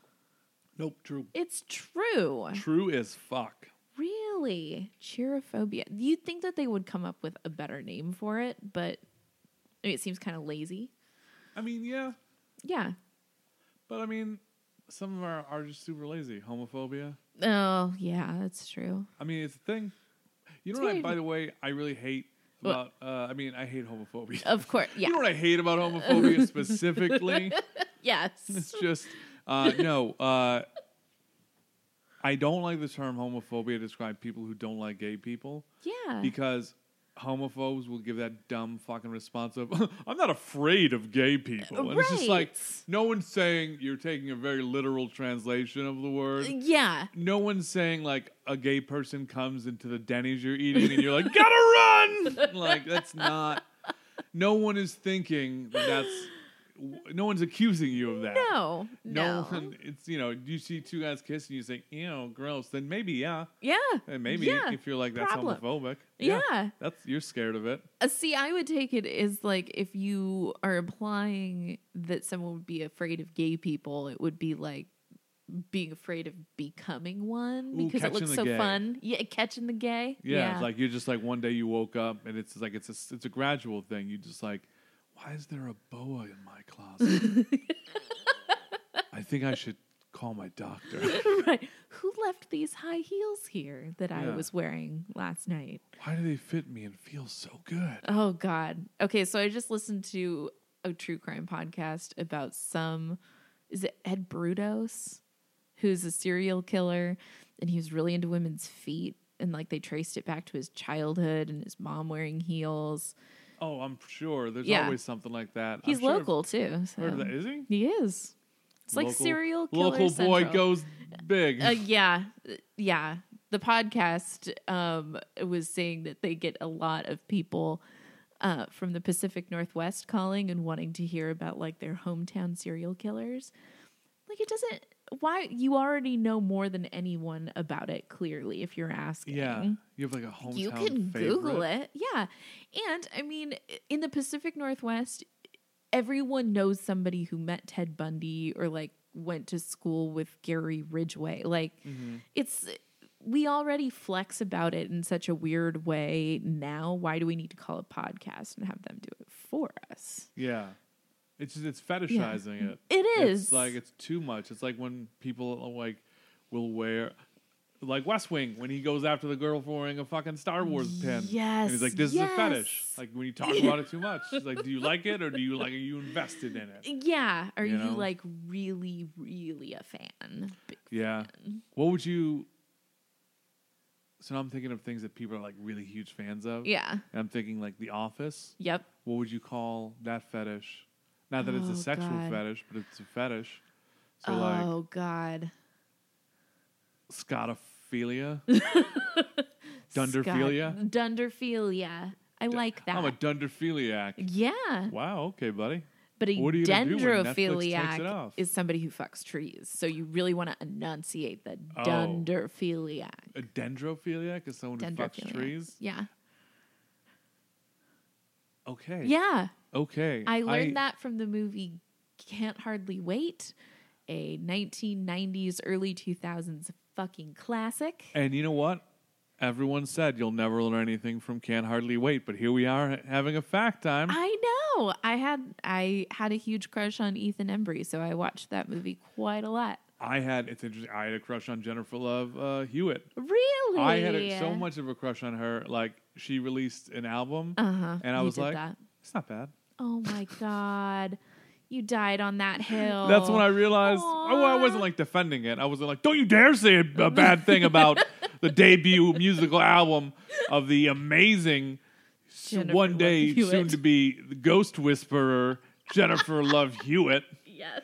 S1: Nope, true.
S2: It's true.
S1: True as fuck.
S2: Really? Cheerophobia. You'd think that they would come up with a better name for it, but I mean, it seems kind of lazy.
S1: I mean, yeah,
S2: Yeah.
S1: but I mean, some of our are just super lazy. Homophobia.
S2: Oh, yeah, that's true.
S1: I mean, it's a thing. You know
S2: It's
S1: what? I,
S2: weird.
S1: by the way, I really hate about.
S2: What?
S1: Uh, I mean, I hate homophobia.
S2: Of course.
S1: *laughs*
S2: Yeah.
S1: You know what I hate about
S2: *laughs*
S1: homophobia specifically?
S2: yes.
S1: It's *laughs* just uh, no. Uh, I don't like the term homophobia to describe people who don't like gay people
S2: Yeah.
S1: because homophobes will give that dumb fucking response of *laughs* "I'm not afraid of gay people," and it's just like
S2: Right.
S1: no one's saying you're taking a very literal translation of the word.
S2: yeah.
S1: No one's saying like a gay person comes into the Denny's
S2: *laughs*
S1: you're eating and you're like, gotta run! Like, that's not. No one is thinking that that's. No one's accusing you of that.
S2: No.
S1: No,
S2: No.
S1: one. It's, you know, you see two guys kissing, you think, ew, gross. Then maybe, yeah.
S2: Yeah.
S1: And maybe
S2: Yeah,
S1: if you're like, that's
S2: problem.
S1: homophobic.
S2: Yeah.
S1: That's, you're scared of it.
S2: Uh, see, I would take it as like if you are implying that someone would be afraid of gay people, it would be like being afraid of becoming one
S1: Ooh,
S2: because it
S1: catching
S2: looks
S1: the
S2: so
S1: gay.
S2: fun. Yeah, catching the gay.
S1: Yeah, It's like you're just like one day you woke up and it's like, it's a, it's a gradual thing. You just like, why is there a boa in my closet?
S2: *laughs*
S1: I think I should call my doctor.
S2: *laughs*
S1: *laughs*
S2: right. Who left these high heels here that I
S1: Yeah.
S2: was wearing last night?
S1: Why do they fit me and feel so good?
S2: Oh God. Okay, so I just listened to a true crime podcast about some is it Ed Brutos, who's a serial killer, and he was really into women's feet and like they traced it back to his childhood and his mom wearing heels.
S1: Oh, I'm sure. There's
S2: Yeah.
S1: always something like that.
S2: He's
S1: I'm sure I've
S2: local too. So.
S1: Heard of that? Is he?
S2: He is. It's like
S1: Local-
S2: serial killer.
S1: Local boy
S2: central.
S1: goes
S2: *laughs*
S1: big.
S2: Uh, yeah, uh, yeah. The podcast um, was saying that they get a lot of people uh, from the Pacific Northwest calling and wanting to hear about like their hometown serial killers. Like it doesn't. Why you already know more than anyone about it? Clearly, if you're
S1: *laughs*
S2: asking,
S1: yeah, you have like a hometown.
S2: you can
S1: favorite.
S2: Google it. Yeah, and I mean, in the Pacific Northwest, everyone knows somebody who met Ted Bundy or like went to school with Gary Ridgway. Like
S1: Mhm.
S2: it's we already flex about it in such a weird way now. Why do we need to call a podcast and have them do it for us?
S1: Yeah, it's just it's fetishizing it.
S2: It is
S1: It's like it's too much. It's like when people like will wear. Like West Wing, when he goes after the girl for wearing a fucking Star Wars pin, and he's
S2: Yes,
S1: like, "This is a fetish."
S2: yes.
S1: Like when you talk about it too much, it's like, "Do you like it or do you like? Are you invested in
S2: *laughs*
S1: it?"
S2: yeah. Are
S1: you
S2: you,
S1: know?
S2: like really, really a fan? Big
S1: Yeah.
S2: fan.
S1: What would you? So now I'm thinking of things that people are like really huge fans of.
S2: Yeah.
S1: And I'm thinking like The Office.
S2: Yep.
S1: What would you call that fetish? Not that it's
S2: Oh,
S1: a sexual
S2: God.
S1: fetish, but it's a fetish. So like
S2: oh God. *laughs*
S1: scotophilia,
S2: Scott-
S1: dunderphilia.
S2: Dunderphilia. I like that.
S1: I'm a dunderphiliac.
S2: yeah,
S1: Wow. Okay, buddy.
S2: but a
S1: What are you gonna do when Netflix takes it
S2: dendrophiliac
S1: off?
S2: is somebody who fucks trees. So you really want to enunciate the
S1: Oh.
S2: dunderphiliac.
S1: A dendrophiliac is someone who fucks
S2: Dendrophiliac.
S1: trees.
S2: Yeah,
S1: Okay.
S2: yeah.
S1: Okay.
S2: I learned that from the movie Can't Hardly Wait, a 1990s, early 2000s fucking classic.
S1: And you know what? Everyone said you'll never learn anything from Can't Hardly Wait, but here we are ha- having a fact time.
S2: I know. I had I had a huge crush on Ethan Embry, so I watched that movie quite a lot.
S1: I had, it's interesting, I had a crush on Jennifer Love uh, Hewitt.
S2: Really,
S1: I had a, so much of a crush on her. Like, she released an album,
S2: Uh-huh.
S1: and I
S2: You
S1: was
S2: did
S1: like,
S2: that.
S1: it's not bad.
S2: "Oh my god, you died
S1: *laughs*
S2: on that hill."
S1: That's when I realized, oh, I wasn't
S2: Aw.
S1: like defending it. I wasn't like, don't you dare say a, a bad thing about the
S2: *laughs*
S1: debut musical album of the amazing, s-
S2: Jennifer
S1: one
S2: Love
S1: day
S2: Hewitt.
S1: soon to be ghost whisperer, Jennifer Love Hewitt.
S3: Yes.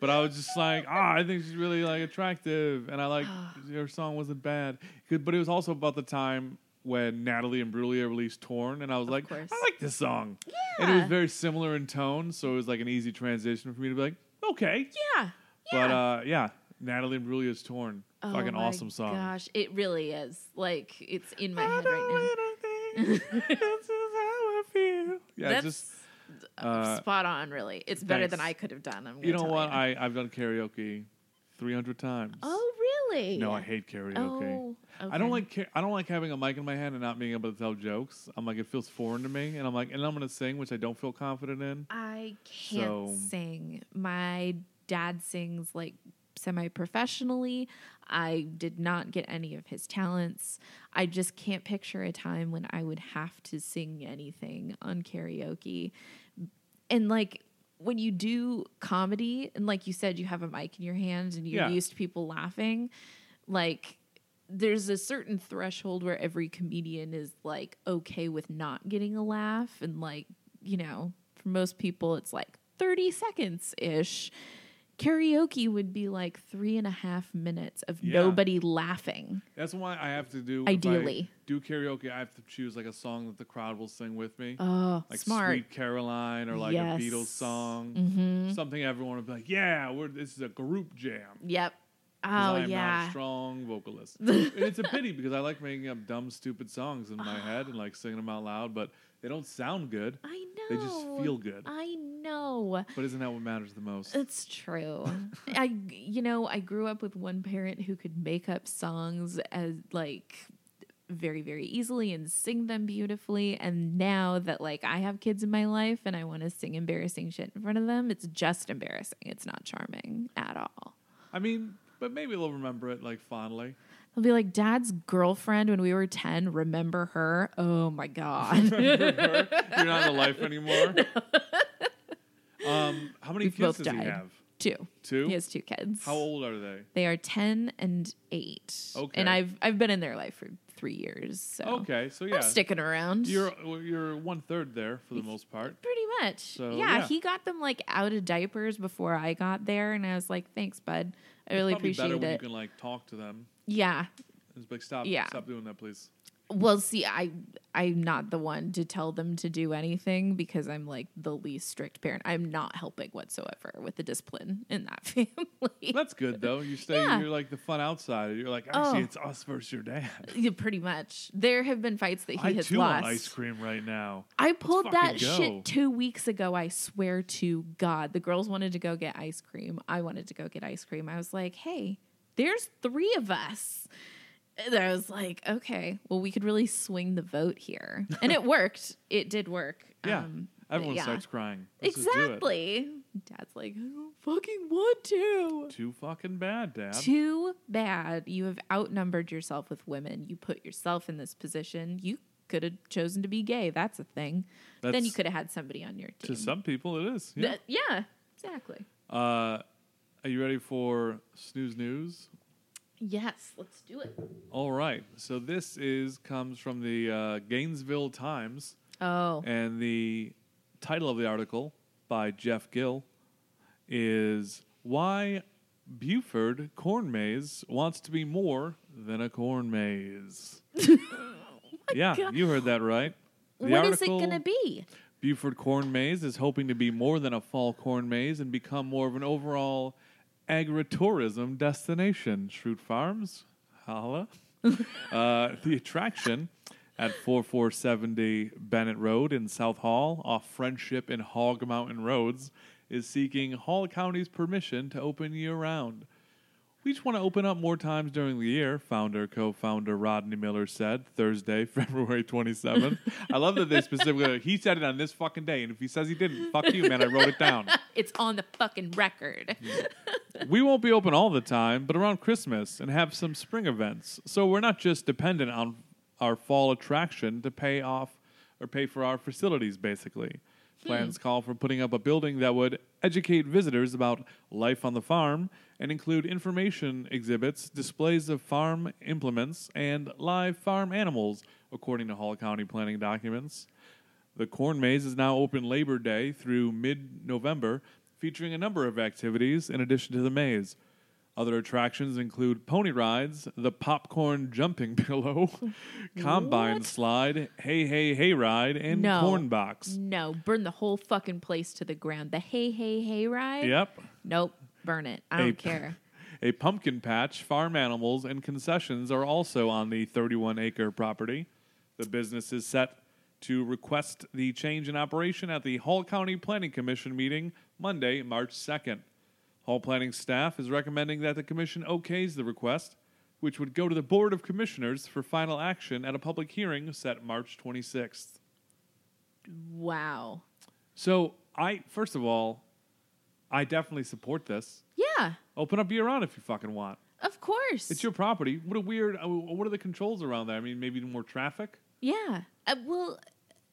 S1: But I was just like, ah, I think she's really like attractive, and I
S2: *sighs*
S1: like her song wasn't bad. Good, but it was also about the time when Natalie and Brulia released "Torn," and I was like,
S2: course.
S1: I like this song, and it was
S2: Yeah.
S1: very similar in tone, so it was like an easy transition for me to be like, okay,
S2: Yeah.
S1: but uh, yeah, Natalie and Brulia's "Torn,"
S2: Oh
S1: fucking
S2: my
S1: awesome song. *laughs*
S2: Gosh, it really is. Like it's in my
S1: I
S2: head right
S1: don't really think this is how I feel.
S2: now.
S1: Yeah,
S2: That's
S1: just
S2: uh,
S1: uh,
S2: spot on. Really, it's better than
S1: thanks.
S2: I could have done. I'm
S1: you
S2: gonna
S1: know
S2: tell
S1: what?
S2: ya.
S1: I I've done karaoke three hundred times.
S2: oh
S3: Really?
S1: No, I hate karaoke.
S3: Oh,
S1: I don't
S3: okay.
S1: like ca- I don't like having a mic in my hand and not being able to tell jokes. I'm like it feels foreign to me, and I'm like and I'm gonna sing, which I don't feel confident in.
S2: I can't
S1: Mm-hmm. So-
S2: sing. My dad sings like semi professionally. I did not get any of his talents. I just can't picture a time when I would have to sing anything on karaoke. And like when you do comedy, and like you said, you have a mic in your hand and you're
S1: Yeah.
S2: used to people laughing, like there's a certain threshold where every comedian is like okay with not getting a laugh and like you know for most people it's like 30 seconds ish karaoke would be like three and a half minutes of
S1: Yeah.
S2: nobody laughing
S1: That's why I have to do if I
S2: Ideally.
S1: do karaoke. I have to choose like a song that the crowd will sing with me,
S2: oh
S1: like
S2: smart
S1: Sweet Caroline or like
S2: Yes.
S1: a Beatles song,
S2: hmm
S1: something everyone would be like, yeah, we're, this is a group jam.
S2: yep
S1: 'Cause
S2: oh
S1: I am not a
S2: yeah
S1: strong
S2: *laughs*
S1: vocalist. and it's a pity because I like making up dumb, stupid songs in my head and like singing them out loud, but they don't sound good.
S2: i
S1: They
S2: know
S1: just feel good.
S2: i know
S1: But isn't that what matters the most?
S2: It's
S1: *laughs*
S2: true. I you know, I grew up with one parent who could make up songs as like very very easily and sing them beautifully and now that like I have kids in my life and I want to sing embarrassing shit in front of them, it's just embarrassing. It's not charming at all.
S1: I mean, but maybe they'll remember it like fondly.
S2: They'll be like dad's girlfriend when we were 10, remember her? Oh my
S1: *laughs*
S2: god.
S1: You're not in the
S2: *laughs*
S1: life anymore. Um, how many
S2: We've
S1: kids
S2: both
S1: does he
S2: died.
S1: have?
S2: two.
S1: Two.
S2: He has two kids.
S1: How old are they?
S2: They are 10 and 8.
S1: Okay.
S2: And I've I've been in their life for 3 years. So
S1: Okay, so yeah,
S2: I'm sticking around.
S1: you're well, you're one third there for the
S2: *laughs*
S1: most part.
S2: pretty much.
S1: So,
S2: yeah,
S1: yeah.
S2: he got them like out of diapers before I got there, and I was like, "Thanks, bud. I really
S1: Probably better
S2: appreciate
S1: when you
S2: it."
S1: can like talk to them.
S2: yeah.
S1: It's like stop,
S2: Yeah.
S1: stop doing that, please.
S2: Well, see, I I'm not the one to tell them to do anything because I'm like the least strict parent. I'm not helping whatsoever with the discipline in that *laughs* family.
S1: That's good though. You stay.
S2: Yeah.
S1: You're like the fun outsider. You're like actually,
S2: Oh.
S1: it's us versus your dad.
S2: Yeah, pretty much. There have been fights that he
S1: I
S2: has
S1: too
S2: lost.
S1: want ice cream right now.
S2: I pulled that
S1: fucking go.
S2: shit two weeks ago. I swear to God. The girls wanted to go get ice cream. I wanted to go get ice cream. I was like, hey, there's three of us. And I was like, okay, well, we could really swing the vote here.
S1: *laughs*
S2: And it worked. It did work.
S1: Yeah,
S2: Um,
S1: everyone
S2: yeah.
S1: starts crying. Let's just do it.
S2: exactly. Dad's like, I don't fucking want to.
S1: Too fucking bad, Dad.
S2: Too bad. You have outnumbered yourself with women. You put yourself in this position. You could have chosen to be gay. That's a thing. then you
S1: That's-
S2: could have had somebody on your
S1: To
S2: team.
S1: some people, it is. Yeah.
S2: That- yeah, exactly.
S1: Uh, are you ready for snooze news?
S2: Yes.
S3: Let's do it.
S1: All right. So this is comes from the uh, Gainesville Times,
S2: Oh.
S1: and the title of the article by Jeff Gill is "Why Buford Corn Maze Wants to Be More Than a Corn
S2: *laughs*
S1: Maze." yeah,
S2: Oh God.
S1: you heard that right. The
S2: what is it
S1: article-
S2: going to be?
S1: Buford Corn Maze is hoping to be more than a fall corn maze and become more of an overall agritourism destination. Shroot Farms, holla. uh, the attraction at 4470 Bennett Road in South Hall, off Friendship and Hog Mountain Roads, is seeking Hall County's permission to open year round. We just want to open up more times during the year, founder, co founder Rodney Miller said Thursday, *laughs* February 27th. I love that they specifically, he said it on this fucking day. And if he says he didn't, fuck you, man. I wrote it down.
S2: It's on the fucking record.
S1: We won't be open all the time, but around Christmas and have some spring events. So we're not just dependent on our fall attraction to pay off or pay for our facilities, basically. Plans call for putting up a building that would educate visitors about life on the farm and include information exhibits, displays of farm implements, and live farm animals, according to Hall County planning documents. The corn maze is now open Labor Day through mid November, featuring a number of activities in addition to the maze. Other attractions include pony rides, the popcorn jumping *laughs* pillow, combine
S2: What?
S1: slide, hey hey hey ride, and
S2: No.
S1: corn box.
S2: no, burn the whole fucking place to the ground. The hey, hey, hey ride?
S1: Yep.
S2: Nope, burn it. I
S1: Hey,
S2: don't
S1: p-
S2: care.
S1: *laughs* A pumpkin patch, farm animals, and concessions are also on the 31 acre property. The business is set to request the change in operation at the Hall County Planning Commission meeting Monday, March 2nd. Hall Planning staff is recommending that the Commission okays the request. which would go to the Board of Commissioners for final action at a public hearing set March 26th.
S2: Wow.
S1: So, I, first of all, I definitely support this.
S2: Yeah,
S1: Open up year round if you fucking want.
S2: of course.
S1: It's your property. What a weird, uh, what are the controls around that? I mean, maybe more traffic?
S2: yeah. Uh, well,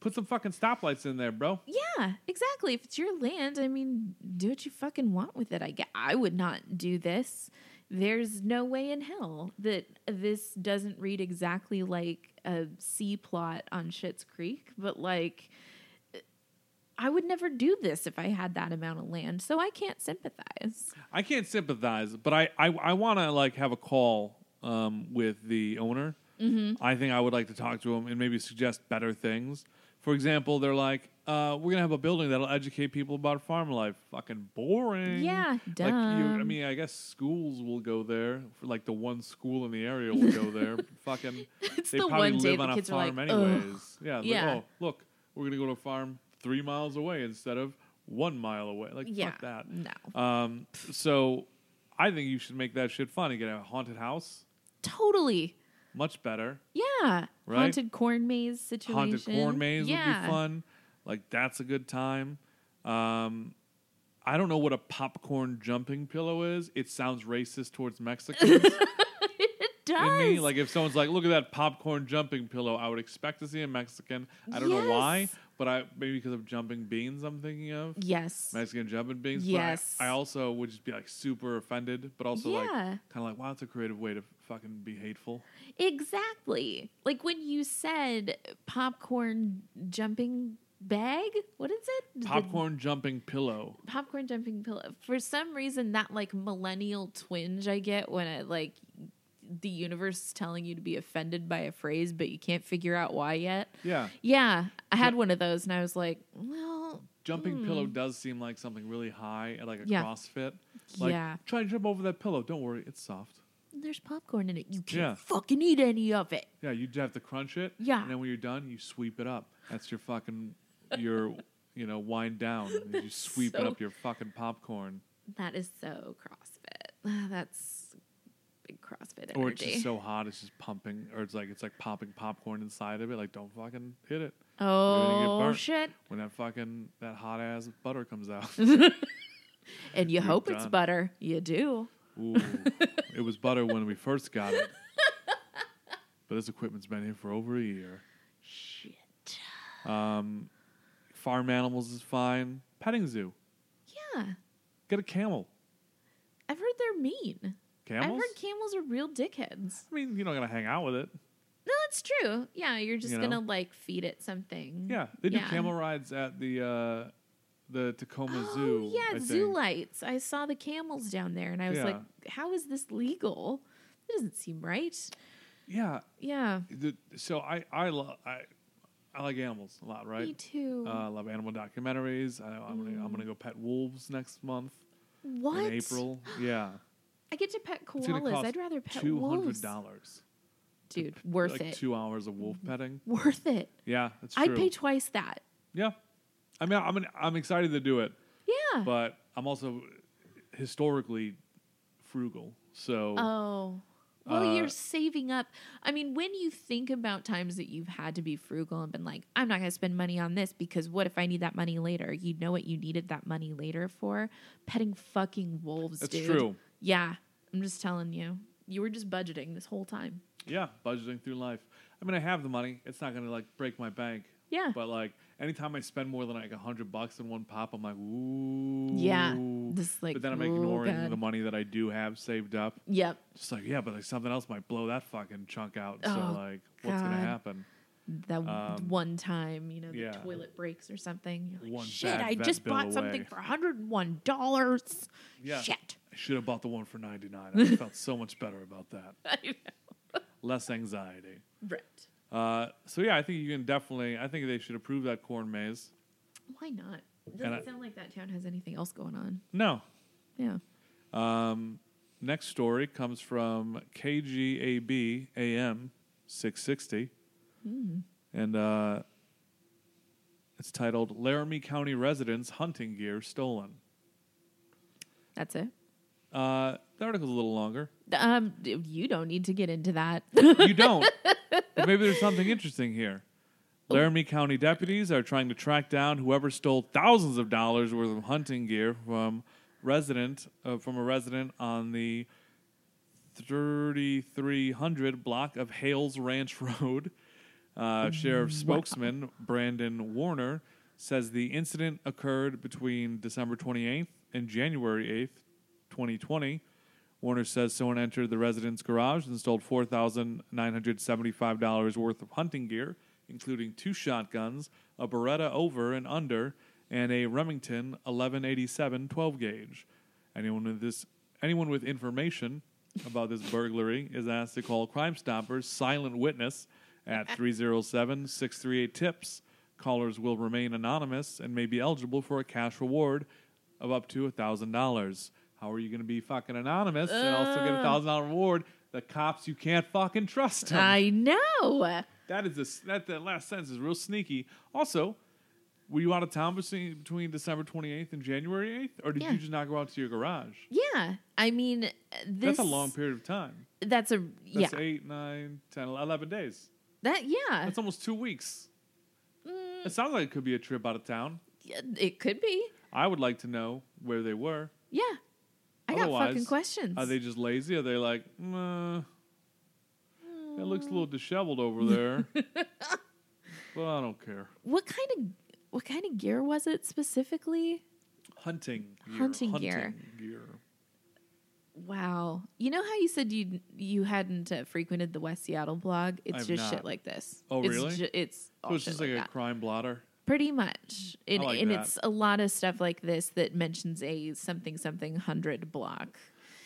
S1: Put some fucking stoplights in there, bro.
S2: yeah, exactly. If it's your land, I mean, do what you fucking want with it. I gue- I would not do this. There's no way in hell that this doesn't read exactly like a C plot on Shit's Creek, but like I would never do this if I had that amount of land, so I can't sympathize.
S1: I can't sympathize, but I I, I want to like have a call um, with the owner. Mm-hmm. I think I would like to talk to him and maybe suggest better things. For example, they're like, uh, "We're gonna have a building that'll educate people about farm life." Fucking boring.
S2: Yeah,
S1: Mm, Like, you, I
S2: dumb.
S1: mean, I guess schools will go there. For like the one school in the area will go
S2: *laughs*
S1: there. Fucking,
S2: It's
S1: they
S2: the
S1: probably
S2: one day
S1: live
S2: the
S1: on
S2: kids
S1: a
S2: are like,
S1: farm
S2: "Ugh."
S1: anyways. Yeah, like,
S2: Yeah.
S1: Oh, look, we're gonna go to a farm three miles away instead of one mile away. Like,
S2: Yeah,
S1: fuck that.
S2: no,
S1: Um, so I think you should make that shit fun and get a haunted house.
S2: totally.
S1: Much better.
S2: Yeah,
S1: Right?
S2: haunted corn maze situation.
S1: Haunted corn maze would
S2: Yeah.
S1: be fun. Like that's a good time. Um, I don't know what a popcorn jumping pillow is. It sounds racist towards
S2: *laughs*
S1: Mexicans.
S2: it
S1: in me.
S2: does.
S1: Like if someone's like, "Look at that popcorn jumping pillow," I would expect to see a Mexican. I don't know why,
S2: Yes.
S1: but I maybe because of jumping beans. I'm thinking of
S2: yes.
S1: Mexican jumping beans.
S2: Yes.
S1: But I, I also would just be like super offended, but also like
S2: Yeah.
S1: kind of like, wow, it's a creative way to fucking be hateful.
S2: Exactly. Like when you said popcorn jumping bag, what is it? The
S1: Popcorn jumping pillow.
S2: popcorn jumping pillow. For some reason that like millennial twinge I get when I like the universe is telling you to be offended by a phrase but you can't figure out why yet.
S1: Yeah.
S2: Yeah, I had one of those and I was like, well,
S1: Jumping pillow does seem like something really high at like a
S2: Mm. Yeah.
S1: CrossFit. Like,
S2: Yeah.
S1: try and jump over that pillow. Don't worry, it's soft.
S2: there's popcorn in it. You can't
S1: Yeah.
S2: fucking eat any of it.
S1: Yeah, you have to crunch it.
S2: Yeah.
S1: And then when you're done, you sweep it up. That's your fucking, your, you know, wind down. You
S2: *laughs*
S1: sweep it
S2: So-
S1: up your fucking popcorn.
S2: That is so CrossFit. *sighs* That's big CrossFit energy.
S1: Or Oh, it's just so hot, it's just pumping, or it's like it's like popping popcorn inside of it. Like, don't fucking hit it. gonna get
S2: oh
S1: burnt.
S2: shit.
S1: when that fucking that hot ass butter comes
S2: *laughs*
S1: out.
S2: And you
S1: You're
S2: hope it's
S1: done.
S2: butter. You do.
S1: Ooh, it was butter when we first got it, but this equipment's been here for over a year.
S2: Shit.
S1: Um, farm animals is fine. Petting zoo.
S2: Yeah.
S1: Get a camel.
S2: I've heard they're mean. I've
S1: Camels.
S2: heard camels are real dickheads.
S1: I mean, you're not gonna hang out with it.
S2: No, it's true. Yeah, you're just
S1: You know?
S2: gonna like feed it something.
S1: Yeah, they do
S2: Yeah.
S1: camel rides at the uh, the Tacoma
S2: Oh
S1: Zoo.
S2: yeah,
S1: I
S2: zoo
S1: think.
S2: lights. I saw the camels down there, and I was
S1: Yeah.
S2: like, "How is this legal? That doesn't seem right."
S1: Yeah.
S2: Yeah,
S1: The, so I I, lo- I I like animals a lot, right?
S2: me too. Mm.
S1: Uh, I love animal documentaries. I, I'm gonna I'm gonna go pet wolves next month.
S2: what?
S1: in April.
S2: *gasps*
S1: Yeah,
S2: I get to pet
S1: It's gonna
S2: koalas.
S1: cost
S2: I'd rather pet
S1: two
S2: wolves.
S1: hundred dollars.
S2: Dude, worth
S1: like
S2: it.
S1: Two hours of wolf petting.
S2: Worth it.
S1: Yeah, that's true.
S2: I'd pay twice that.
S1: yeah, I mean, I'm I'm excited to do it,
S2: Yeah.
S1: but I'm also historically frugal. So
S2: Oh. Well,
S1: Uh,
S2: you're saving up. I mean, when you think about times that you've had to be frugal and been like, I'm not going to spend money on this because what if I need that money later? You know what you needed that money later for? Petting fucking wolves,
S1: that's
S2: dude.
S1: true.
S2: Yeah. I'm just telling you. You were just budgeting this whole time.
S1: Yeah, budgeting through life. I mean, I have the money. It's not gonna like break my bank.
S2: Yeah.
S1: But like, anytime I spend more than like a hundred bucks in one pop, I'm like, ooh.
S2: Yeah. This, like,
S1: but then I'm
S2: ooh,
S1: ignoring
S2: God.
S1: the money that I do have saved up.
S2: Yep.
S1: Just like, yeah, but like something else might blow that fucking chunk out. So
S2: Oh,
S1: like, what's gonna
S2: God.
S1: happen?
S2: That
S1: Um,
S2: one time, you know, the
S1: yeah.
S2: toilet breaks or something. You're like,
S1: One
S2: shit,
S1: bad
S2: I
S1: vet
S2: just
S1: bill
S2: bought something
S1: away."
S2: for $101.
S1: Yeah.
S2: Shit.
S1: I should have bought the one for ninety nine. I felt so much better about that.
S2: *laughs* I know. *laughs*
S1: Less anxiety.
S2: Right.
S1: Uh, so yeah, I think you can definitely. I think they should approve that corn maze.
S2: Why not? It
S1: And
S2: doesn't
S1: I-
S2: sound like that town has anything else going on.
S1: No.
S2: Yeah.
S1: Um, next story comes from KGAB AM six sixty, and uh, it's titled "Laramie County Residents Hunting Gear Stolen."
S2: That's it.
S1: Uh, the article's a little longer.
S2: Um, d- you don't need to get into *laughs* that.
S1: You don't. but maybe there's something interesting here. Laramie County deputies are trying to track down whoever stole thousands of dollars worth of hunting gear from resident uh, from a resident on the 3300 block of Hales Ranch Road. *laughs* Uh, Sheriff's spokesman Brandon Warner says the incident occurred between December 28th and January 8th, 2020. Warner says someone entered the resident's garage and stole $4,975 worth of hunting gear, including two shotguns, a Beretta over and under, and a Remington 1187 12 gauge. Anyone with this, anyone with information about this burglary is asked to call Crime Stoppers Silent Witness
S2: *laughs*
S1: at 307 638 TIPS. Callers will remain anonymous and may be eligible for a cash reward of up to $1,000. How are you going to be fucking anonymous and also get a $1,000 reward? The cops you can't fucking trust them.
S2: I know.
S1: That is this. That that last sentence is real sneaky. Also, were you out of town between, between December twenty eighth and January eighth, or did
S2: Yeah.
S1: you just not go out to your garage?
S2: Yeah. I mean, this
S1: That's a long period of time.
S2: That's a yeah.
S1: That's eight, nine, ten, eleven days.
S2: that yeah.
S1: That's almost two weeks.
S2: Mm,
S1: It sounds like it could be a trip out of town.
S2: yeah, it could be.
S1: I would like to know where they were.
S2: Yeah. I got fucking
S1: Otherwise,
S2: questions.
S1: Are they just lazy? Are they like, mm, uh, that
S2: Mm,
S1: looks a little disheveled over there?
S2: *laughs*
S1: but I don't care.
S2: what kind of what kind of gear was it specifically?
S1: Hunting gear.
S2: Hunting gear.
S1: hunting gear.
S2: Wow. You know how you said you you hadn't uh, frequented the West Seattle blog? It's
S1: I've
S2: just shit
S1: not.
S2: like this.
S1: Oh,
S2: it's
S1: really?
S2: ju- it's all
S1: So it's
S2: Oh, shit
S1: just like,
S2: like
S1: a
S2: that.
S1: crime blotter.
S2: Pretty much. And,
S1: like
S2: and
S1: that.
S2: it's a lot of stuff like this that mentions a something something hundred block.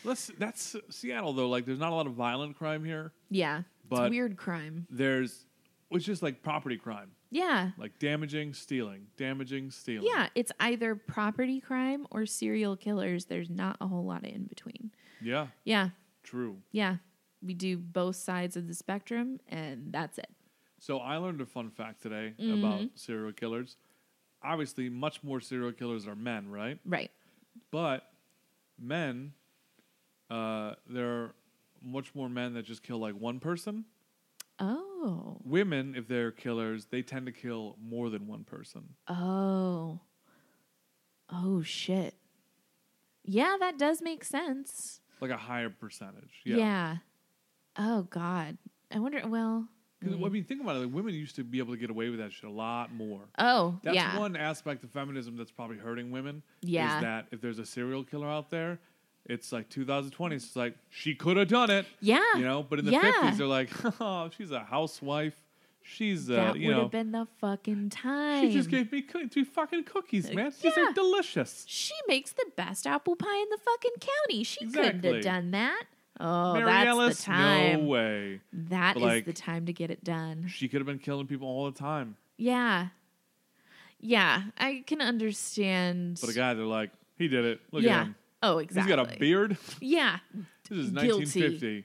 S1: Let's, that's Seattle though. Like, there's not a lot of violent crime here.
S2: Yeah.
S1: But-
S2: it's weird crime.
S1: There's, it's just like property crime,
S2: Yeah.
S1: like damaging, stealing, damaging, stealing.
S2: Yeah, it's either property crime or serial killers. There's not a whole lot in between.
S1: yeah,
S2: Yeah,
S1: true.
S2: yeah. We do both sides of the spectrum, and that's it.
S1: So I learned a fun fact today
S2: Mm-hmm.
S1: about serial killers. Obviously, much more serial killers are men, right?
S2: Right.
S1: But men, uh, there are much more men that just kill like one person.
S2: Oh.
S1: Women, if they're killers, they tend to kill more than one person.
S2: Oh. Oh, shit. Yeah, that does make sense.
S1: like a higher percentage.
S2: Yeah.
S1: Yeah.
S2: Oh, God. I wonder, well.
S1: 'Cause,
S2: Mm-hmm.
S1: I mean, think about it. Like, women used to be able to get away with that shit a lot more.
S2: Oh,
S1: That's
S2: yeah.
S1: one aspect of feminism that's probably hurting women.
S2: Yeah.
S1: Is that if there's a serial killer out there, it's like 2020. It's like she could have done it,
S2: yeah. *laughs*
S1: you know. But in the
S2: Yeah.
S1: 50s, they're like, *laughs* oh, she's a housewife. She's uh,
S2: that
S1: you
S2: would
S1: know,
S2: have been the fucking time.
S1: she just gave me coo- two fucking cookies, man. These
S2: Uh, yeah.
S1: are delicious.
S2: She makes the best apple pie in the fucking county. She couldn't
S1: Exactly.
S2: have done that. Oh,
S1: Mary
S2: that's
S1: Alice,
S2: the time.
S1: no way.
S2: That is
S1: Like-
S2: the time to get it done.
S1: She could have been killing people all the time.
S2: Yeah. Yeah, I can understand.
S1: But a guy, they're like, he did it. Look
S2: yeah.
S1: at him.
S2: Oh, exactly.
S1: He's got a beard. *laughs*
S2: Yeah.
S1: This is
S2: Guilty.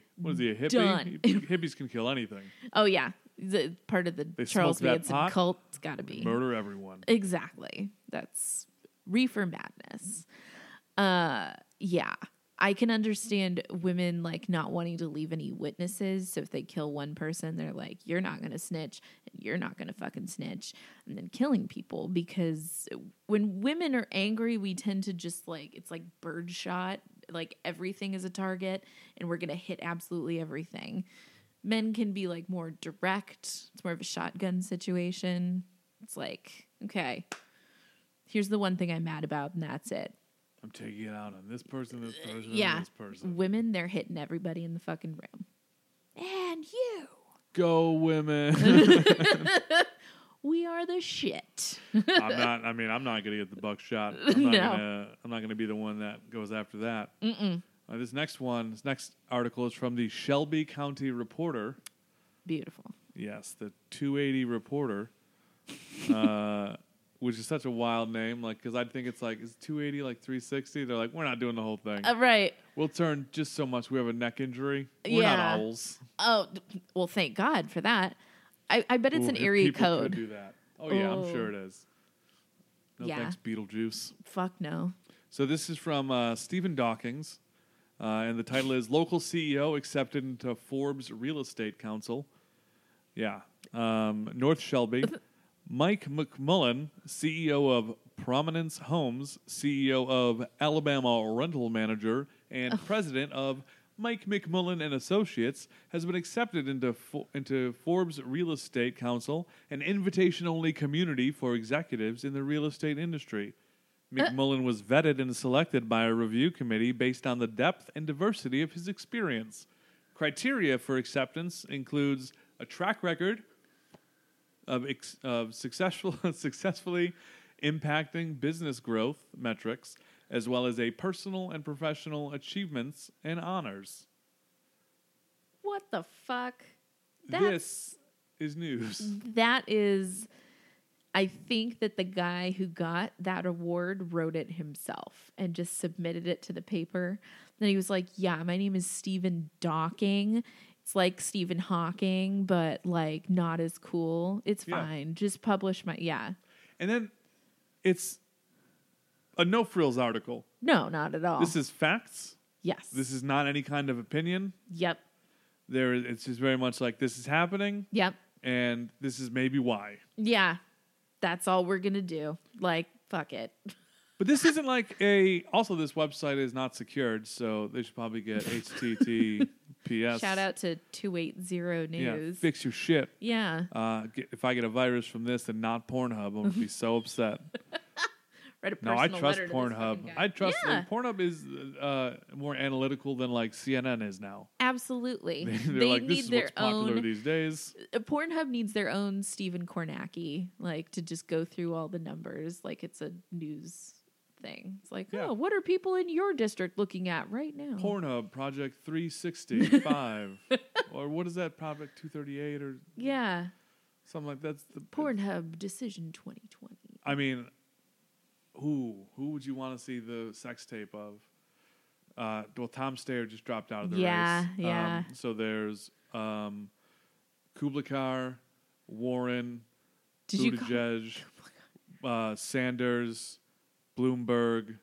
S1: 1950. What is he, a hippie?
S2: Done.
S1: Hi- Hippies can kill
S2: *laughs*
S1: anything.
S2: Oh, yeah. The part of the
S1: They
S2: Charles
S1: smoke that
S2: Manson
S1: pot,
S2: cult. It's got to be.
S1: Murder everyone.
S2: Exactly. That's reefer madness. Uh yeah. I can understand women like not wanting to leave any witnesses. So if they kill one person, they're like, you're not going to snitch and you're not going to fucking snitch. And then killing people because when women are angry, we tend to just like, it's like birdshot. Like everything is a target and we're going to hit absolutely everything. Men can be like more direct, it's more of a shotgun situation. It's like, okay, here's the one thing I'm mad about, and that's it.
S1: I'm taking it out on this person, this person,
S2: yeah.
S1: and this person.
S2: Women, they're hitting everybody in the fucking room. And you.
S1: Go
S2: *laughs*
S1: women. *laughs*
S2: We are the shit.
S1: I'm not. I mean, I'm not going to get the
S2: *laughs*
S1: buckshot. I'm not
S2: No.
S1: gonna I'm not going to be the one that goes after that. Uh, this next one, this next article is from the Shelby County Reporter.
S2: Beautiful.
S1: Yes, the 280
S2: *laughs*
S1: Reporter, uh, which is such a wild name. Like, because I think it's like is 280 like 360. They're like, we're not doing the whole thing.
S2: All right.
S1: We'll turn just so much. We have a neck injury. We're
S2: Yeah.
S1: not owls.
S2: Oh, d- well, thank God for that. I, I bet it's
S1: Ooh,
S2: an
S1: if
S2: eerie
S1: people could
S2: code.
S1: do that. Oh yeah, I'm sure it is. No
S2: Yeah.
S1: thanks, Beetlejuice.
S2: Fuck no.
S1: So this is from uh, Stephen Dawkins. Uh, and the title is Local CEO Accepted into Forbes Real Estate Council. Yeah. Um, North Shelby. Mike McMullen, CEO of Prominence Homes, CEO of Alabama Rental Manager, and president of Mike McMullen and Associates, has been accepted into, Fo- into Forbes Real Estate Council, an invitation only community for executives in the real estate industry. McMullen was vetted and selected by a review committee based on the depth and diversity of his experience. Criteria for acceptance includes a track record of, ex- of successful *laughs* successfully impacting business growth metrics, as well as a personal and professional achievements and honors.
S2: What the fuck?
S1: this is
S2: Mm.
S1: news.
S2: That is, I think that the guy who got that award wrote it himself and just submitted it to the paper. Then he was like, Yeah, my name is Stephen Docking. It's like Stephen Hawking, but like not as cool. It's
S1: Yeah.
S2: fine. Just publish my, yeah.
S1: And then it's a no frills article.
S2: No, not at all.
S1: This is facts.
S2: yes.
S1: This is not any kind of opinion.
S2: yep.
S1: There, it's just very much like this is happening,
S2: Yep.
S1: and this is maybe why.
S2: Yeah. That's all we're going to do. Like, fuck it.
S1: But this isn't like a. Also, this website is not secured, so they should probably get HTTPS.
S2: Shout out to 280
S1: Yeah,
S2: News. Yeah.
S1: fix your shit. Uh, get, if I get a virus from this and not Pornhub, I'm gonna be so
S2: *laughs*
S1: upset.
S2: Read a
S1: No, I
S2: personal
S1: trust
S2: letter to this fucking
S1: Pornhub.
S2: guy.
S1: I trust
S2: Yeah.
S1: Pornhub is uh, more analytical than like CNN is now. *laughs*
S2: Absolutely.
S1: They're
S2: they
S1: like, this
S2: need
S1: is
S2: their
S1: what's popular
S2: own.
S1: these
S2: *laughs*
S1: days.
S2: Pornhub needs their own Stephen Kornacki, like to just go through all the numbers, like it's a news thing. It's like,
S1: Yeah.
S2: oh, what are people in your district looking at right now?
S1: Pornhub Project
S2: *laughs*
S1: 365, or what is that Project 238 or
S2: yeah,
S1: something like that's the
S2: Pornhub decision 2020.
S1: I mean, who who would you want to see the sex tape of? Uh, well, Tom Stair just dropped out of the
S2: Yeah,
S1: race.
S2: yeah.
S1: Um, so there's um, Kublikar, Warren,
S2: Did you call?
S1: Buttigieg, uh, Sanders, Bloomberg.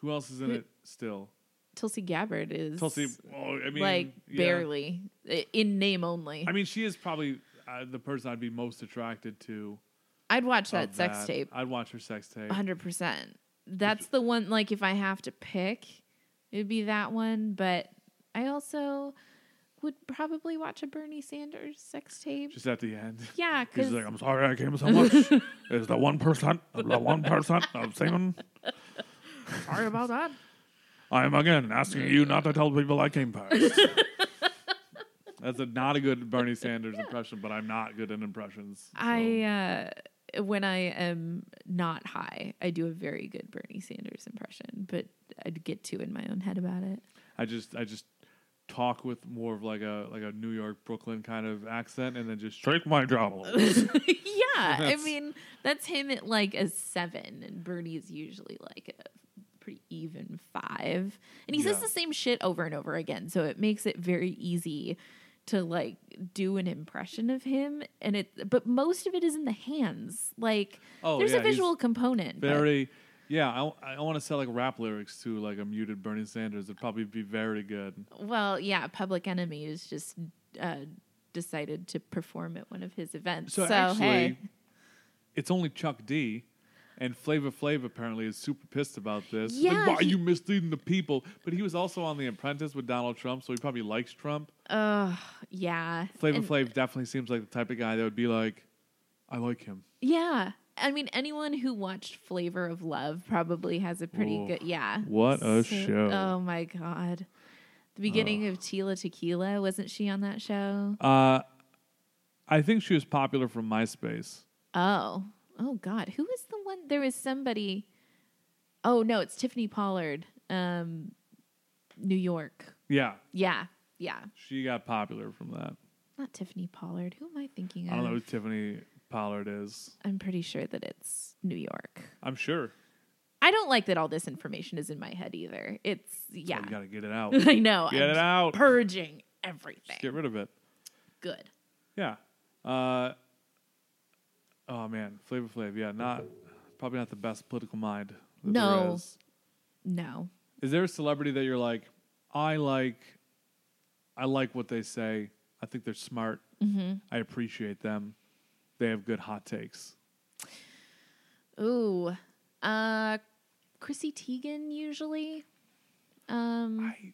S1: Who else is in
S2: Who-
S1: it still?
S2: Tulsi Gabbard is
S1: Tulsi. Oh, I mean,
S2: like
S1: yeah.
S2: barely i- in name only.
S1: I mean, she is probably uh, the person I'd be most attracted to.
S2: I'd watch
S1: of
S2: that sex
S1: that.
S2: tape
S1: I'd watch her sex tape.
S2: 100%. That's the one like if I have to pick, it'd be that one, but I also would probably watch a Bernie Sanders sex tape.
S1: Just at the end.
S2: yeah,
S4: He's
S2: cuz
S4: like, I'm sorry I came so much. it's the one percent of the one percent of semen.
S2: *laughs* sorry about that.
S4: I'm again asking you not to tell people I came past.
S1: That's a, not a good Bernie Sanders impression, but I'm not good at impressions. so-
S2: I uh when I am not high, I do a very good Bernie Sanders impression, but I'd get too in my own head about it.
S1: I just I just talk with more of like a like a New York Brooklyn kind of accent, and then just
S4: Take my job.
S2: yeah, I
S1: That's-
S2: mean that's him at like a seven, and Bernie is usually like a pretty even five, and he says
S1: Yeah.
S2: the same shit over and over again, so it makes it very easy to like do an impression of him, and it. But most of it is in the hands, like
S1: Oh,
S2: there's
S1: yeah,
S2: a
S1: he's
S2: visual component. but-
S1: very yeah. I I want to sell like rap lyrics to like a muted Bernie Sanders. It'd probably be very good.
S2: well, yeah. Public Enemy is just. Uh, decided to perform at one of his events. So,
S1: So, actually,
S2: hey,
S1: it's only Chuck D. And Flavor Flav apparently is super pissed about this. Like,
S2: Yeah,
S1: why are
S2: he-
S1: you misleading the people? But he was also on The Apprentice with Donald Trump, so he probably likes Trump.
S2: uh, yeah.
S1: Flavor
S2: And-
S1: Flav definitely seems like the type of guy that would be like, I like him.
S2: Yeah. I mean, anyone who watched Flavor of Love probably has a pretty
S1: Ooh,
S2: good. Yeah.
S1: what a show.
S2: Oh, my God. The beginning of Tila Tequila, wasn't she on that show?
S1: Uh, I think she was popular from MySpace.
S2: Oh. Oh, God. Who was the one? There was somebody. Oh, no, it's Tiffany Pollard, um, New York.
S1: Yeah,
S2: Yeah. Yeah.
S1: she got popular from that.
S2: Not Tiffany Pollard. Who am I thinking of?
S1: I don't know who Tiffany Pollard is.
S2: I'm pretty sure that it's New York.
S1: I'm sure.
S2: I don't like that all this information is in my head either. It's,
S1: So
S2: yeah.
S1: you got to get it
S2: *laughs*
S1: out.
S2: I know.
S1: get
S2: I'm
S1: it out.
S2: purging everything.
S1: Just get rid of it.
S2: Good.
S1: Yeah. Uh, oh man, Flavor Flav. Yeah, not probably not the best political mind. That there
S2: No.
S1: is.
S2: No.
S1: Is there a celebrity that you're like, I like, I like what they say. I think they're smart.
S2: Mm-hmm.
S1: I appreciate them. They have good hot takes.
S2: Ooh. Uh Chrissy Teigen usually. Um
S1: I,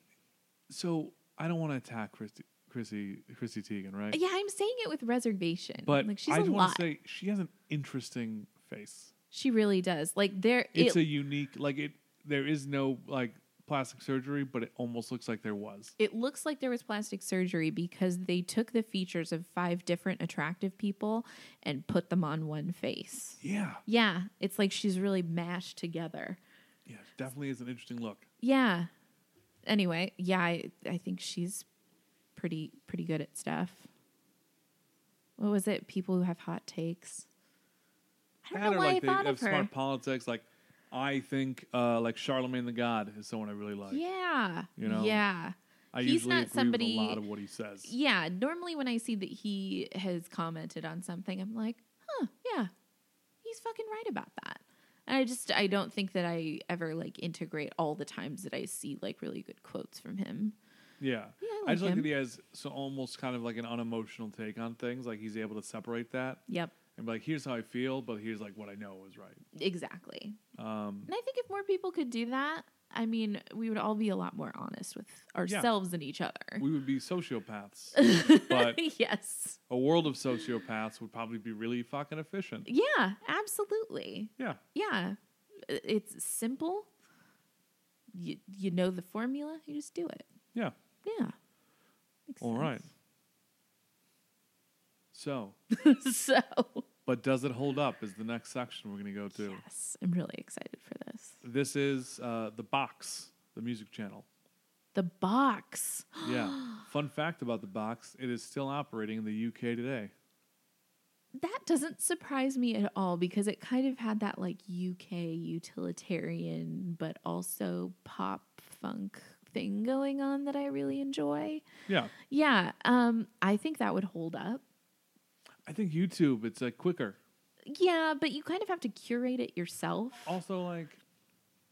S1: so I don't want to attack Christy, Chrissy, Chrissy Teigen, right?
S2: yeah, I'm saying it with reservation.
S1: But
S2: like she's
S1: I
S2: a
S1: just wanna
S2: lot.
S1: say she has an interesting face.
S2: she really does. Like there
S1: It's
S2: it,
S1: a unique, like it. There is no like plastic surgery, but it almost looks like there was.
S2: it looks like there was plastic surgery because they took the features of five different attractive people and put them on one face.
S1: Yeah,
S2: Yeah, it's like she's really mashed together.
S1: yeah, definitely is an interesting look.
S2: Yeah. Anyway, yeah, I, I think she's pretty pretty good at stuff. What was it? People who have hot takes. I don't know
S1: or,
S2: why
S1: like
S2: I
S1: they
S2: thought
S1: have
S2: of her.
S1: smart politics. Like I think, uh, like Charlemagne the God is someone I really like.
S2: yeah.
S1: you know,
S2: Yeah.
S1: I
S2: He's
S1: usually
S2: not
S1: agree
S2: somebody-
S1: with a lot of what he says.
S2: Yeah. Normally, when I see that he has commented on something, I'm like, huh, yeah, he's fucking right about that. And I just I don't think that I ever like integrate all the times that I see like really good quotes from him.
S1: Yeah.
S2: Yeah, I
S1: I just
S2: like
S1: like
S2: him.
S1: that he has so almost kind of like an unemotional take on things. Like he's able to separate that
S2: Yep.
S1: and be like, here's how I feel, but here's like what I know is right.
S2: Exactly.
S1: Um,
S2: And I think if more people could do that, I mean, we would all be a lot more honest with ourselves and each other.
S1: we would be
S2: *laughs*
S1: sociopaths, but
S2: yes.
S1: a world of sociopaths would probably be really fucking efficient.
S2: Yeah, absolutely.
S1: Yeah.
S2: Yeah. I- It's simple. You, you know the formula, you just do it.
S1: Yeah.
S2: Yeah. Makes
S1: All right. So,
S2: sense. *laughs* so,
S1: but does it hold up? Is the next section we're going to go to.
S2: yes, I'm really excited for this.
S1: This is uh, The Box, the music channel.
S2: The box.
S1: Yeah. Fun fact about The Box it is still operating in the UK today.
S2: That doesn't surprise me at all because it kind of had that like UK utilitarian but also pop funk thing going on that I really enjoy.
S1: Yeah.
S2: Yeah, um I think that would hold up.
S1: I think YouTube, it's like quicker.
S2: Yeah, but you kind of have to curate it yourself.
S1: Also, like,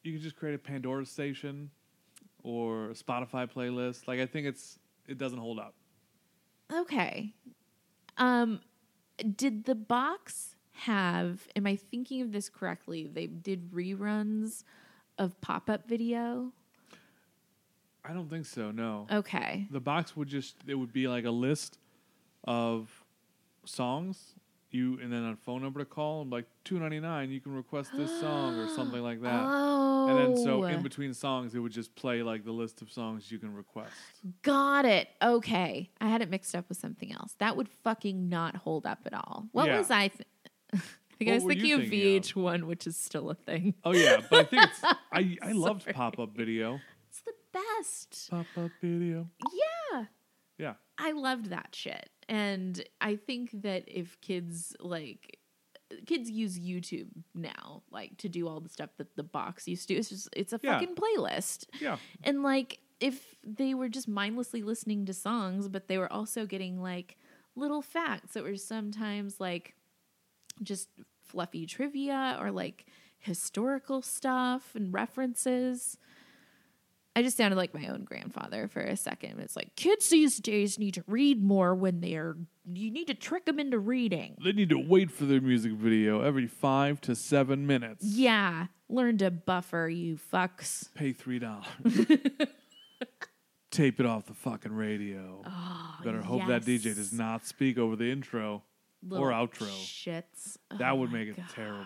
S1: you can just create a Pandora station or a Spotify playlist. Like, I think it's it doesn't hold up.
S2: Okay. Um did the box have am I thinking of this correctly? They did reruns of pop-up video.
S1: I don't think so. No,
S2: Okay.
S1: the box would just it would be like a list of songs you and then a phone number to call and like two ninety nine you can request this song or something like that.
S2: Oh.
S1: And then so in between songs it would just play like the list of songs you can request.
S2: Got it. Okay. I had it mixed up with something else. That would fucking not hold up at all. What
S1: Yeah.
S2: was I? Th- *laughs* I
S1: What
S2: think I was
S1: were you
S2: thinking of
S1: thinking of?
S2: VH1, which is still a thing. *laughs*
S1: Oh yeah, but I think it's I I loved
S2: Sorry.
S1: pop up video.
S2: It's the best.
S1: Pop up video.
S2: Yeah.
S1: Yeah.
S2: I loved that shit. And I think that if kids like kids use YouTube now like to do all the stuff that the box used to, it's just it's a
S1: Yeah.
S2: fucking playlist.
S1: Yeah.
S2: And like if they were just mindlessly listening to songs, but they were also getting like little facts that were sometimes like just fluffy trivia or like historical stuff and references. I just sounded like my own grandfather for a second. It's like kids these days need to read more when they're you need to trick them into reading.
S1: They need to wait for their music video every five to seven minutes.
S2: Yeah, learn to buffer, you fucks.
S1: Pay three
S2: *laughs*
S1: dollars. Tape it off the fucking radio.
S2: Oh,
S1: Better hope that DJ
S2: yes.
S1: does not speak over the intro or
S2: Little
S1: outro.
S2: Shits.
S1: that
S2: Oh
S1: would
S2: my
S1: make it
S2: God.
S1: terrible.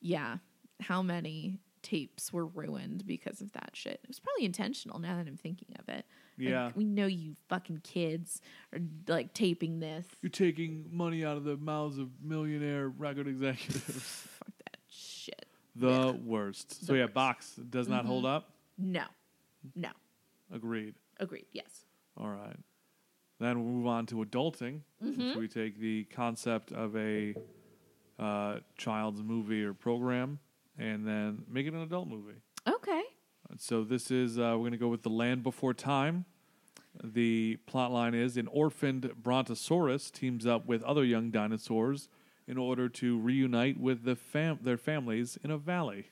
S2: Yeah. How many tapes were ruined because of that shit? It was probably intentional now that I'm thinking of it. Like,
S1: Yeah.
S2: we know you fucking kids are like taping this.
S1: You're taking money out of the mouths of millionaire record
S2: *laughs*
S1: executives.
S2: Fuck that shit.
S1: the worst. So
S2: The
S1: yeah,
S2: worst. Mm-hmm.
S1: box does not hold up.
S2: No. No.
S1: Agreed.
S2: Agreed. Yes.
S1: All right. Then we'll move on to adulting.
S2: Mm-hmm.
S1: which we take the concept of a uh, child's movie or program and then make it an adult movie.
S2: Okay.
S1: So this is uh, we're going to go with the Land Before Time. The plot line is an orphaned brontosaurus teams up with other young dinosaurs in order to reunite with the fam- their families in a valley.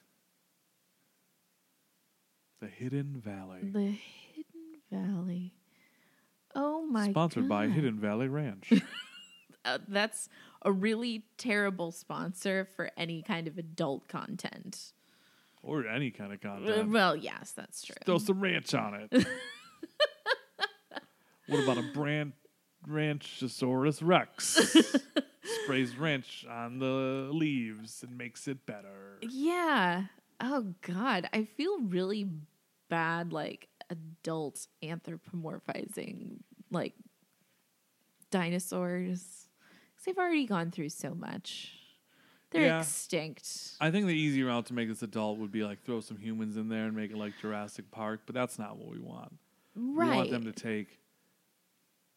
S1: The Hidden Valley.
S2: The Hidden Valley. Oh my
S1: Sponsored by
S2: God.
S1: Hidden Valley
S2: *laughs*
S1: Ranch.
S2: Uh, that's a really terrible sponsor for any kind of adult content.
S1: or any kind of
S2: Uh,
S1: content.
S2: well, yes, that's true.
S1: Throw some ranch on
S2: *laughs*
S1: it. what about a brand Ranchosaurus Rex? Sprays ranch on the leaves and makes it better.
S2: Yeah. Oh God, I feel really bad. Like adults anthropomorphizing like dinosaurs because they've already gone through so much. They're
S1: Yeah.
S2: extinct.
S1: I think the easy route to make this adult would be like throw some humans in there and make it like Jurassic Park, but that's not what we want. We
S2: right.
S1: want them to take.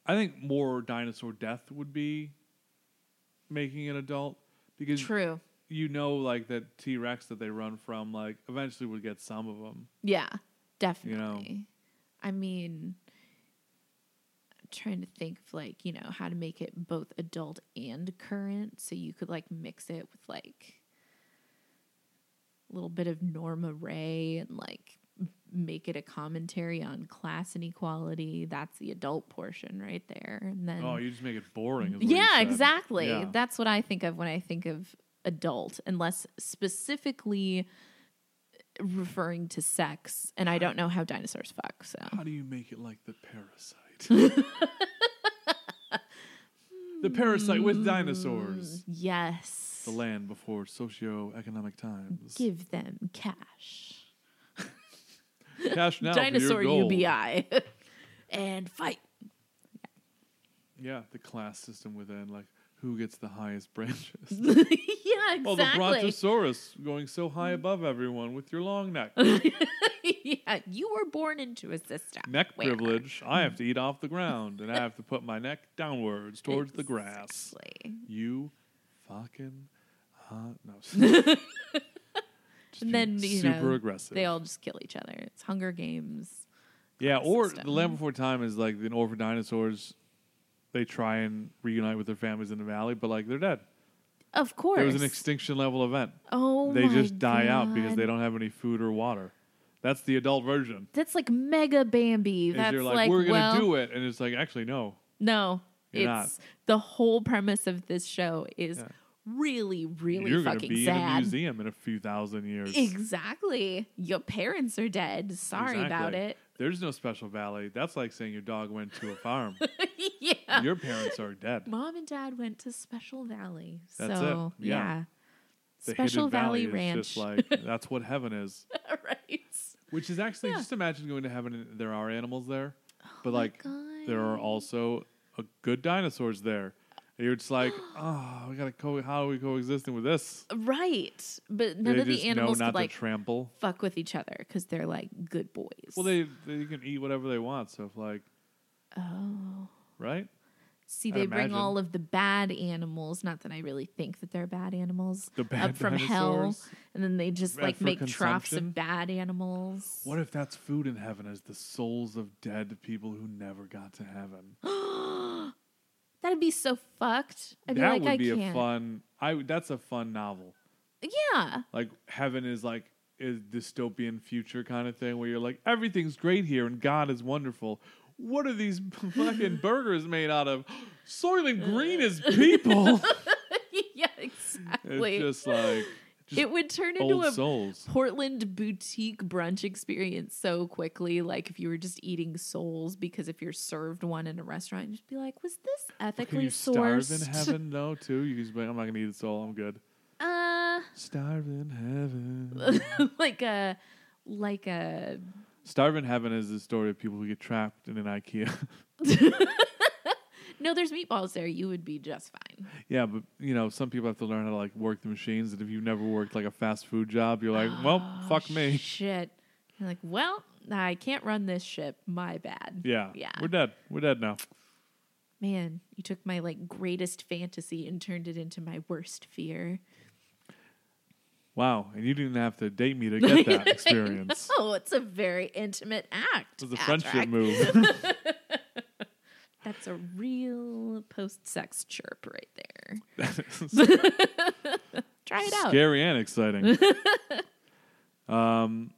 S1: I think more dinosaur death would be making an adult because
S2: True.
S1: you know, like that T Rex that they run from, like eventually would get some of them.
S2: Yeah, definitely. I mean, I'm trying to think of like, you know, how to make it both adult and current so you could like mix it with like a little bit of Norma Ray and like m- make it a commentary on class inequality. That's the adult portion right there. And then
S1: Oh, you just make it boring. is what you
S2: yeah,
S1: said.
S2: exactly.
S1: Yeah.
S2: That's what I think of when I think of adult, unless specifically referring to sex. And I don't know how dinosaurs fuck, so
S1: How do you make it like the
S2: *laughs*
S1: parasite? the parasite
S2: Hmm.
S1: with dinosaurs.
S2: yes,
S1: The land before socio-economic times.
S2: give them cash,
S1: Cash now for
S2: dinosaur
S1: your gold.
S2: UBI, *laughs* and fight. *laughs*
S1: Yeah, the class system within, like who gets the highest branches.
S2: *laughs* yeah, exactly.
S1: Oh, the Brontosaurus going so high above everyone with your long neck.
S2: *laughs* yeah, you were born into a system.
S1: neck
S2: Where?
S1: privilege. I have to eat off the ground and I have to put my neck downwards towards the grass.
S2: Exactly.
S1: You fucking hot. No.
S2: *laughs*
S1: Just being
S2: And then, you
S1: super
S2: know,
S1: aggressive.
S2: They all just kill each other. It's Hunger Games.
S1: yeah, or
S2: system.
S1: The Land Before Time is like the Orphan Dinosaurs. They try and reunite with their families in the valley, but like they're dead.
S2: Of course.
S1: It was an extinction level event.
S2: Oh,
S1: they
S2: my
S1: just die out because
S2: God.
S1: they don't have any food or water. That's the adult version.
S2: That's like mega Bambi.
S1: Is
S2: That's
S1: you're like,
S2: like
S1: we're gonna
S2: well,
S1: do it, and it's like actually no.
S2: no.
S1: You're not.
S2: it's the whole premise of this show is
S1: Yeah.
S2: really, really
S1: You're gonna
S2: fucking
S1: be in a
S2: sad.
S1: museum in a few thousand years.
S2: Exactly. Your parents are dead. Sorry about
S1: Exactly.
S2: it.
S1: There's no special valley. That's like saying your dog went to a farm.
S2: *laughs* yeah.
S1: your parents are dead.
S2: Mom and Dad went to Special Valley.
S1: That's
S2: so
S1: it. Yeah. The
S2: Special
S1: hidden
S2: Valley,
S1: valley,
S2: Ranch. *laughs*
S1: Is just like that's what heaven is.
S2: right.
S1: Which is actually
S2: Yeah. Oh
S1: just imagine going to heaven and there are animals there, but
S2: my
S1: like there are
S2: God.
S1: also a good dinosaurs there. And you're just
S2: *gasps*
S1: like, oh, we gotta co- how are we coexisting with this?
S2: Right. But none
S1: they
S2: of the
S1: just
S2: animals
S1: know
S2: could
S1: not
S2: like
S1: to trample.
S2: fuck with each other because they're like good boys.
S1: Well, they they can eat whatever they want. So if like
S2: Oh.
S1: right,
S2: See,
S1: I'd
S2: they bring
S1: imagine.
S2: all of the bad animals. Not that I really think that they're bad animals.
S1: the bad
S2: up from hell,
S1: dinosaurs.
S2: and then they just
S1: Bad
S2: like
S1: for
S2: make troughs
S1: consumption?
S2: of bad animals. *gasps*
S1: What if that's food in heaven is the souls of dead people who never got to heaven?
S2: That'd be so fucked.
S1: that
S2: I'd be like,
S1: would
S2: I
S1: be
S2: can't.
S1: a fun. I would- that's a fun novel.
S2: *laughs* yeah, *laughs*
S1: Like heaven is like a dystopian future kind of thing where you're like everything's great here and God is wonderful. What are these *laughs*
S2: *laughs*
S1: fucking burgers made out of? Soylent
S2: Uh,
S1: Green is people. *laughs*
S2: yeah,
S1: it's
S2: exactly.
S1: just
S2: *laughs*
S1: like just
S2: it would turn into
S1: old
S2: a
S1: souls.
S2: Portland boutique brunch experience so quickly. Like if you were just eating souls, because if you're served one in a restaurant, you'd just be like, was this
S1: Can
S2: ethically
S1: you starve in
S2: sourced?
S1: heaven though too? You can just be like, I'm not gonna eat a soul. I'm good.
S2: *laughs* uh,
S1: Starve in
S2: *laughs*
S1: heaven.
S2: like a like a
S1: Starve in heaven is the story of people who get trapped in an IKEA. *laughs*
S2: no there's meatballs there you would be just fine
S1: yeah, but you know, some people have to learn how to like work the machines. And if you've never worked like a fast food job, you're like, well,
S2: Oh,
S1: fuck me.
S2: shit You're like well i can't run this ship my bad
S1: Yeah,
S2: yeah
S1: we're dead. We're dead now.
S2: man you took my like greatest fantasy and turned it into my worst fear
S1: Wow, and you didn't have to date me to
S2: *laughs*
S1: get that experience.
S2: oh it's a very intimate act
S1: It was a
S2: Patrick.
S1: friendship
S2: *laughs*
S1: move. *laughs*
S2: that's a real post-sex chirp right there try it out *laughs*
S1: Scary and exciting. um,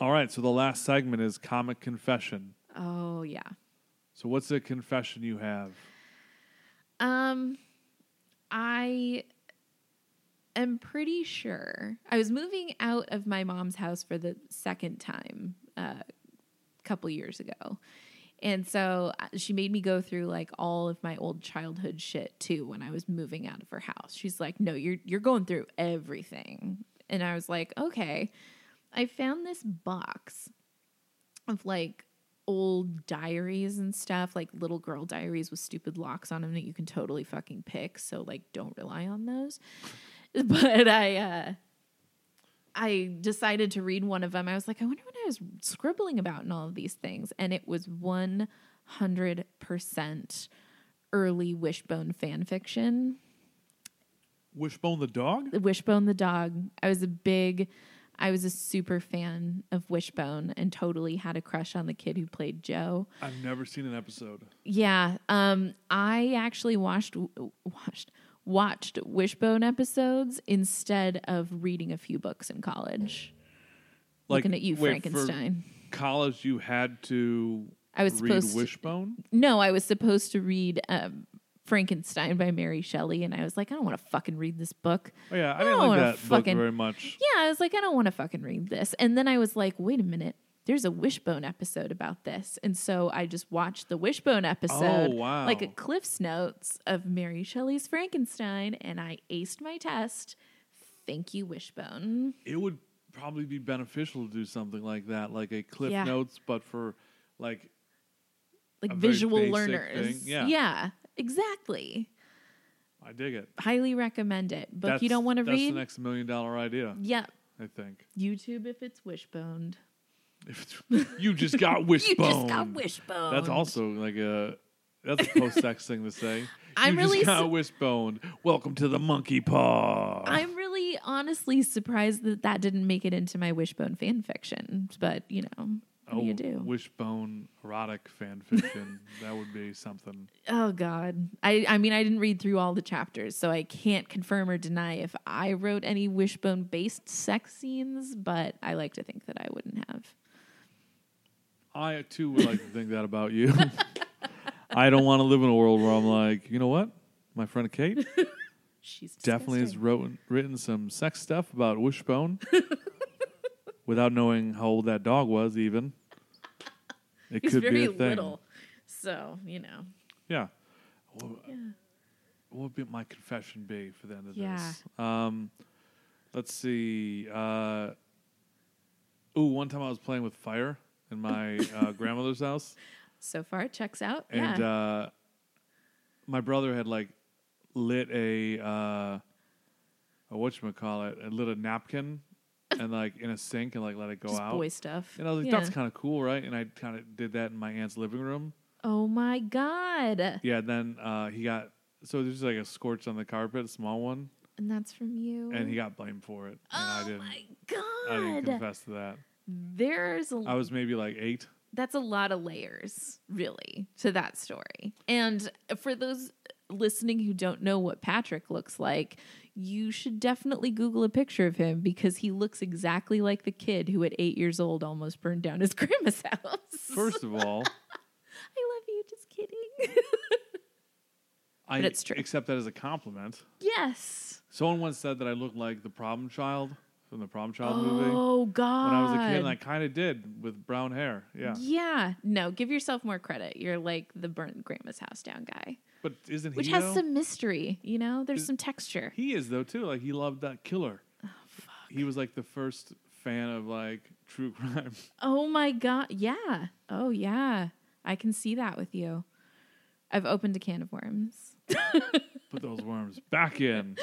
S1: All right, so the last segment is comic confession.
S2: Oh yeah.
S1: So what's the confession you have?
S2: Um, I am pretty sure I was moving out of my mom's house for the second time uh, a couple years ago. And so uh, she made me go through like all of my old childhood shit too when I was moving out of her house. She's like, "No, you're you're going through everything." And I was like, "Okay." I found this box of like old diaries and stuff, like little girl diaries with stupid locks on them that you can totally fucking pick. So like, don't rely on those. *laughs* But I, uh, I decided to read one of them. I was like, I wonder what I was scribbling about in all of these things, and it was one hundred percent early Wishbone fan fiction.
S1: Wishbone the dog?
S2: Wishbone the dog. I was a big, I was a super fan of Wishbone and totally had a crush on the kid who played Joe.
S1: I've never seen an episode.
S2: Yeah, um, I actually watched watched watched Wishbone episodes instead of reading a few books in college. Looking at you,
S1: wait, for
S2: Frankenstein.
S1: college, you had to.
S2: I was
S1: read
S2: supposed to-
S1: Wishbone.
S2: No, I was supposed to read um, Frankenstein by Mary Shelley, and I was like, I don't want to fucking read this book.
S1: Oh yeah, I
S2: I
S1: didn't
S2: don't
S1: like
S2: wanna
S1: that
S2: fucking-
S1: book very much.
S2: yeah, I was like, I don't want to fucking read this. And then I was like, wait a minute, there's a Wishbone episode about this. And so I just watched the Wishbone episode,
S1: Oh, wow.
S2: like a Cliff's Notes of Mary Shelley's Frankenstein, and I aced my test. Thank you, Wishbone.
S1: It would probably be beneficial to do something like that, like a Cliff
S2: Yeah.
S1: Notes, but for like
S2: Like
S1: A very
S2: visual
S1: basic
S2: learners.
S1: thing, yeah.
S2: exactly.
S1: I dig it.
S2: Highly recommend it. Book
S1: That's-
S2: you don't want to
S1: That's
S2: read?
S1: the next million dollar idea,
S2: yeah.
S1: I think. *laughs*
S2: YouTube if it's wishboned.
S1: If it's, you just got wishbone.
S2: *laughs* You just got wishbone.
S1: That's also like a that's a post sex thing to say.
S2: *laughs* I'm
S1: you
S2: really
S1: just got
S2: su-
S1: wishbone. Welcome to the monkey paw.
S2: I'm really honestly surprised that that didn't make it into my Wishbone fan fiction, but you know, what do you do?
S1: Oh, Wishbone erotic fan fiction. that would be something.
S2: oh God, I I mean, I didn't read through all the chapters, so I can't confirm or deny if I wrote any Wishbone based sex scenes, but I like to think that I wouldn't have.
S1: I too would like to think that about you. *laughs* I don't want to live in a world where I'm like, you know what? My friend
S2: *laughs*
S1: Kate
S2: She's
S1: definitely has
S2: disgusting.
S1: wrote, written some sex stuff about
S2: *laughs*
S1: Wishbone without knowing how old that dog was, even. It
S2: He's
S1: could
S2: very
S1: be a thing.
S2: little, so you know.
S1: Yeah. Well, What would be my confession be for the end of
S2: Yeah.
S1: this? Um, let's see. Uh, ooh, one time I was playing with fire in my
S2: *laughs*
S1: uh, grandmother's house,
S2: So far, it checks out.
S1: and
S2: yeah.
S1: uh, my brother had like lit a uh, a what you call it, lit a napkin, and like in a sink, and like let it go
S2: Just
S1: out.
S2: boy stuff.
S1: And I was like,
S2: Yeah.
S1: "That's kind of cool, right?" And I kind of did that in my aunt's living room.
S2: oh my God.
S1: Yeah, and then uh, he got so there's like a scorch on the carpet, a small one,
S2: And that's from you.
S1: and he got blamed for it. And I
S2: Mm. oh
S1: didn't
S2: my
S1: I didn't
S2: God.
S1: confess to that.
S2: There's a
S1: I was maybe like eight.
S2: that's a lot of layers really to that story and for those listening who don't know what patrick looks like you should definitely google a picture of him because he looks exactly like the kid who at eight years old almost burned down his *laughs* grandma's house
S1: First of all,
S2: *laughs* i love you just kidding
S1: *laughs* I
S2: But it's true.
S1: accept that as a compliment.
S2: yes
S1: Someone once said that I looked like the problem child from the problem child movie when
S2: oh god
S1: I was a kid, and I kind of did with brown hair. Yeah,
S2: yeah no give yourself more credit you're like the burnt grandma's house down guy
S1: but isn't
S2: which
S1: he?
S2: has
S1: though?
S2: some mystery you know there's
S1: Is-
S2: some texture
S1: He is though too. Like he loved that killer.
S2: Oh,
S1: He was like the first fan of like true *laughs* crime.
S2: Oh my god. Yeah. Oh yeah. I can see that with you. I've opened a can of worms.
S1: Put those worms back
S2: *laughs*
S1: in.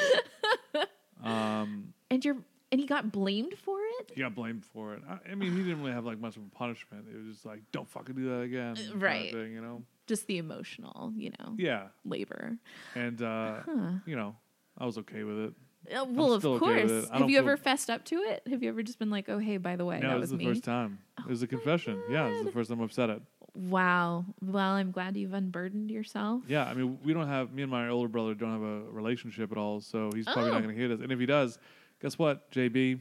S1: Um,
S2: And you're and he got blamed for it?
S1: he got blamed for it. I, I mean, he didn't really have like much of a punishment. It was just like, don't fucking do that again, kind of
S2: Uh, right.
S1: thing, you know?
S2: Just the emotional, you know,
S1: Yeah,
S2: labor.
S1: and uh, you know, I was okay with it.
S2: Uh, well, of
S1: still okay with
S2: course.
S1: it. I
S2: Have
S1: don't
S2: you ever
S1: feel-
S2: fessed up to it? Have you ever just been like, "Oh, hey, by the way,
S1: no,
S2: that
S1: it was
S2: was
S1: the
S2: me." Oh
S1: first time. It was a confession. Yeah, it was the
S2: God.
S1: first time I've said it.
S2: Wow. Well, I'm glad you've unburdened yourself.
S1: Yeah, I mean, we don't have me and my older brother don't have a relationship at all, so he's probably
S2: Oh.
S1: not going to hear this. And if he does, guess what, JB,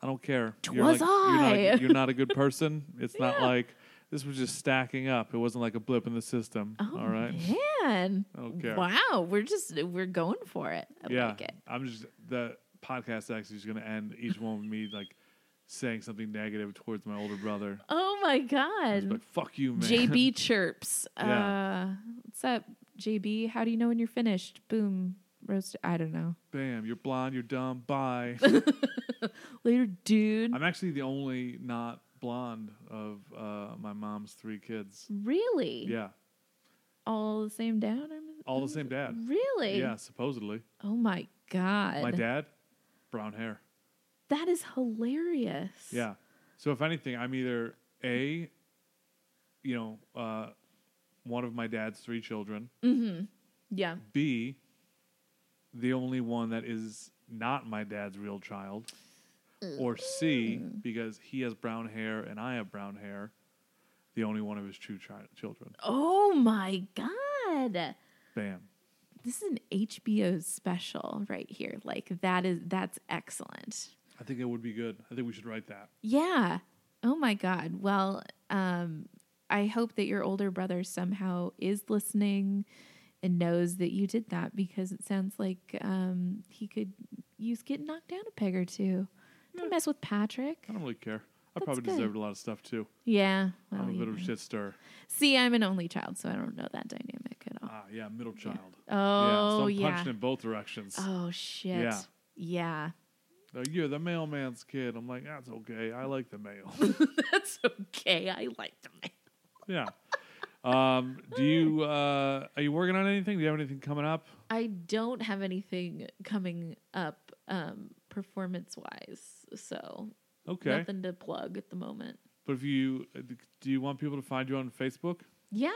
S1: I don't care. like,
S2: "'Twas
S1: You're not,
S2: I."
S1: a, you're not a
S2: *laughs*
S1: good person. It's not like this was just stacking up. It wasn't like a blip in the system.
S2: Oh,
S1: all right.
S2: man.
S1: I don't care.
S2: Wow, we're just we're going for it. I
S1: yeah.
S2: like it.
S1: I'm just the podcast actually is going to end each one with me like saying something negative towards my older brother.
S2: Oh my
S1: I'm just
S2: god.
S1: like fuck you, man.
S2: JB chirps.
S1: Yeah.
S2: Uh what's up, JB? How do you know when you're finished? Boom. Roast I don't know.
S1: *laughs* Bam, you're blonde, you're dumb.
S2: *laughs*
S1: Bye.
S2: Later, dude.
S1: I'm actually the only not blonde of uh, my mom's three kids.
S2: really?
S1: Yeah,
S2: All the same dad? I'm
S1: all the same dad.
S2: Really?
S1: Yeah, supposedly.
S2: Oh my god.
S1: My dad, brown hair.
S2: That is hilarious.
S1: Yeah. So if anything, I'm either a, you know, uh, one of my dad's three children.
S2: Yeah.
S1: B, the only one that is not my dad's real child. Or C,
S2: Mm.
S1: because he has brown hair and I have brown hair, the only one of his true chi- children.
S2: Oh my god.
S1: Bam.
S2: This is an HBO special right here. Like that is that's excellent.
S1: I think it would be good. I think we should write that.
S2: Yeah. Oh my God. Well, um, I hope that your older brother somehow is listening and knows that you did that because it sounds like um, he could use getting knocked down a peg or two.
S1: Hmm.
S2: Don't mess with Patrick.
S1: I don't really care. I
S2: That's
S1: probably
S2: good. Oh,
S1: deserved a lot of stuff too.
S2: Yeah. Well,
S1: I'm a
S2: you
S1: bit of a
S2: know.
S1: shit stir.
S2: See, I'm an only child, so I don't know that dynamic at all.
S1: Ah, yeah, middle child. yeah, so
S2: Oh,
S1: I'm
S2: yeah.
S1: punched in both directions.
S2: Oh, shit.
S1: Yeah.
S2: Yeah. *laughs*
S1: Oh, You're the mailman's kid. I'm like, that's okay. I like the mail.
S2: *laughs* That's okay. I like the man.
S1: yeah. Um, do you uh, are you working on anything? Do you have anything coming up?
S2: I don't have anything coming up um, performance wise, so
S1: Okay.
S2: nothing to plug at the moment.
S1: But if you do, you want people to find you on Facebook?
S2: Yeah,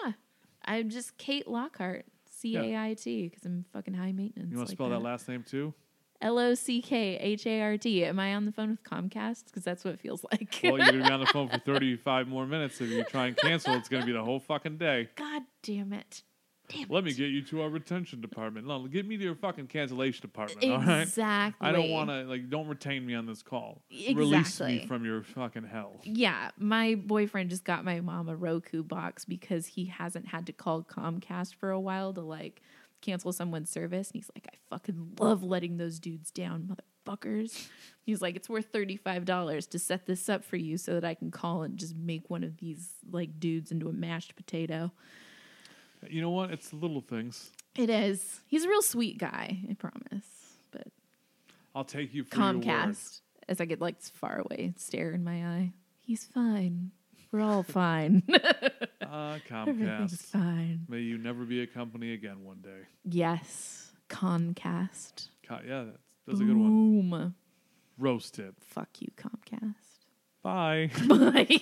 S2: I'm just Kate Lockhart, C A I T, because I'm fucking high maintenance.
S1: You want to
S2: like
S1: spell that last name
S2: *laughs*
S1: too?
S2: L O C K H A R T. Am I on the phone with Comcast? Because that's what it feels like.
S1: Well, you're gonna be on the phone for 35 more minutes. If you try and cancel, it's gonna be the whole fucking day.
S2: *laughs* God damn it! Damn
S1: Let
S2: it.
S1: me get you to our retention department. No, get me to your fucking cancellation department. All right.
S2: exactly.
S1: I don't want to like. Don't retain me on this call. Release me
S2: Exactly.
S1: from your fucking hell.
S2: Yeah, my boyfriend just got my mom a Roku box because he hasn't had to call Comcast for a while to like cancel someone's service. And he's like, I fucking love letting those dudes down, motherfuckers. He's like, it's worth $35 to set this up for you so that I can call and just make one of these like dudes into a mashed potato.
S1: You know what? It's the little things.
S2: It is. He's a real sweet guy, I promise. But
S1: I'll take you for your word.
S2: Comcast, as I get like far away, stare in my eye. He's fine. We're all fine. *laughs*
S1: Ah,
S2: Everything's
S1: Comcast.
S2: fine.
S1: May you never be a company again one day.
S2: Yes. Comcast.
S1: Co- yeah, that's, that's a good one.
S2: Boom.
S1: Roast it.
S2: Fuck you, Comcast. *laughs*
S1: Bye.
S2: Bye.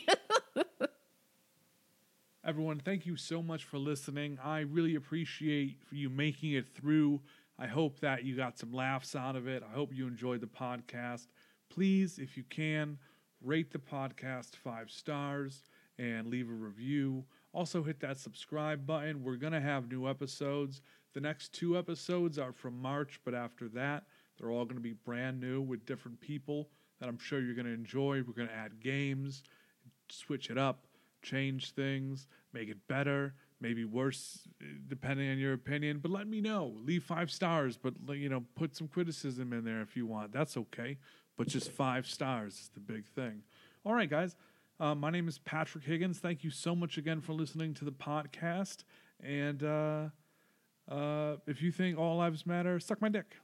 S1: Everyone, thank you so much for listening. I really appreciate you making it through. I hope that you got some laughs out of it. I hope you enjoyed the podcast. Please, if you can, rate the podcast five stars and leave a review. Also, hit that subscribe button. We're going to have new episodes. The next two episodes are from March, but after that, they're all going to be brand new with different people that I'm sure you're going to enjoy. We're going to add games switch it up, change things, make it better, maybe worse, eh, depending on your opinion. But let me know. Leave five stars, but like, you know, put some criticism in there if you want. That's okay. But just five stars is the big thing. All right, guys. Uh, my name is Patrick Higgins. Thank you so much again for listening to the podcast. And uh, uh, if you think all lives matter, suck my dick.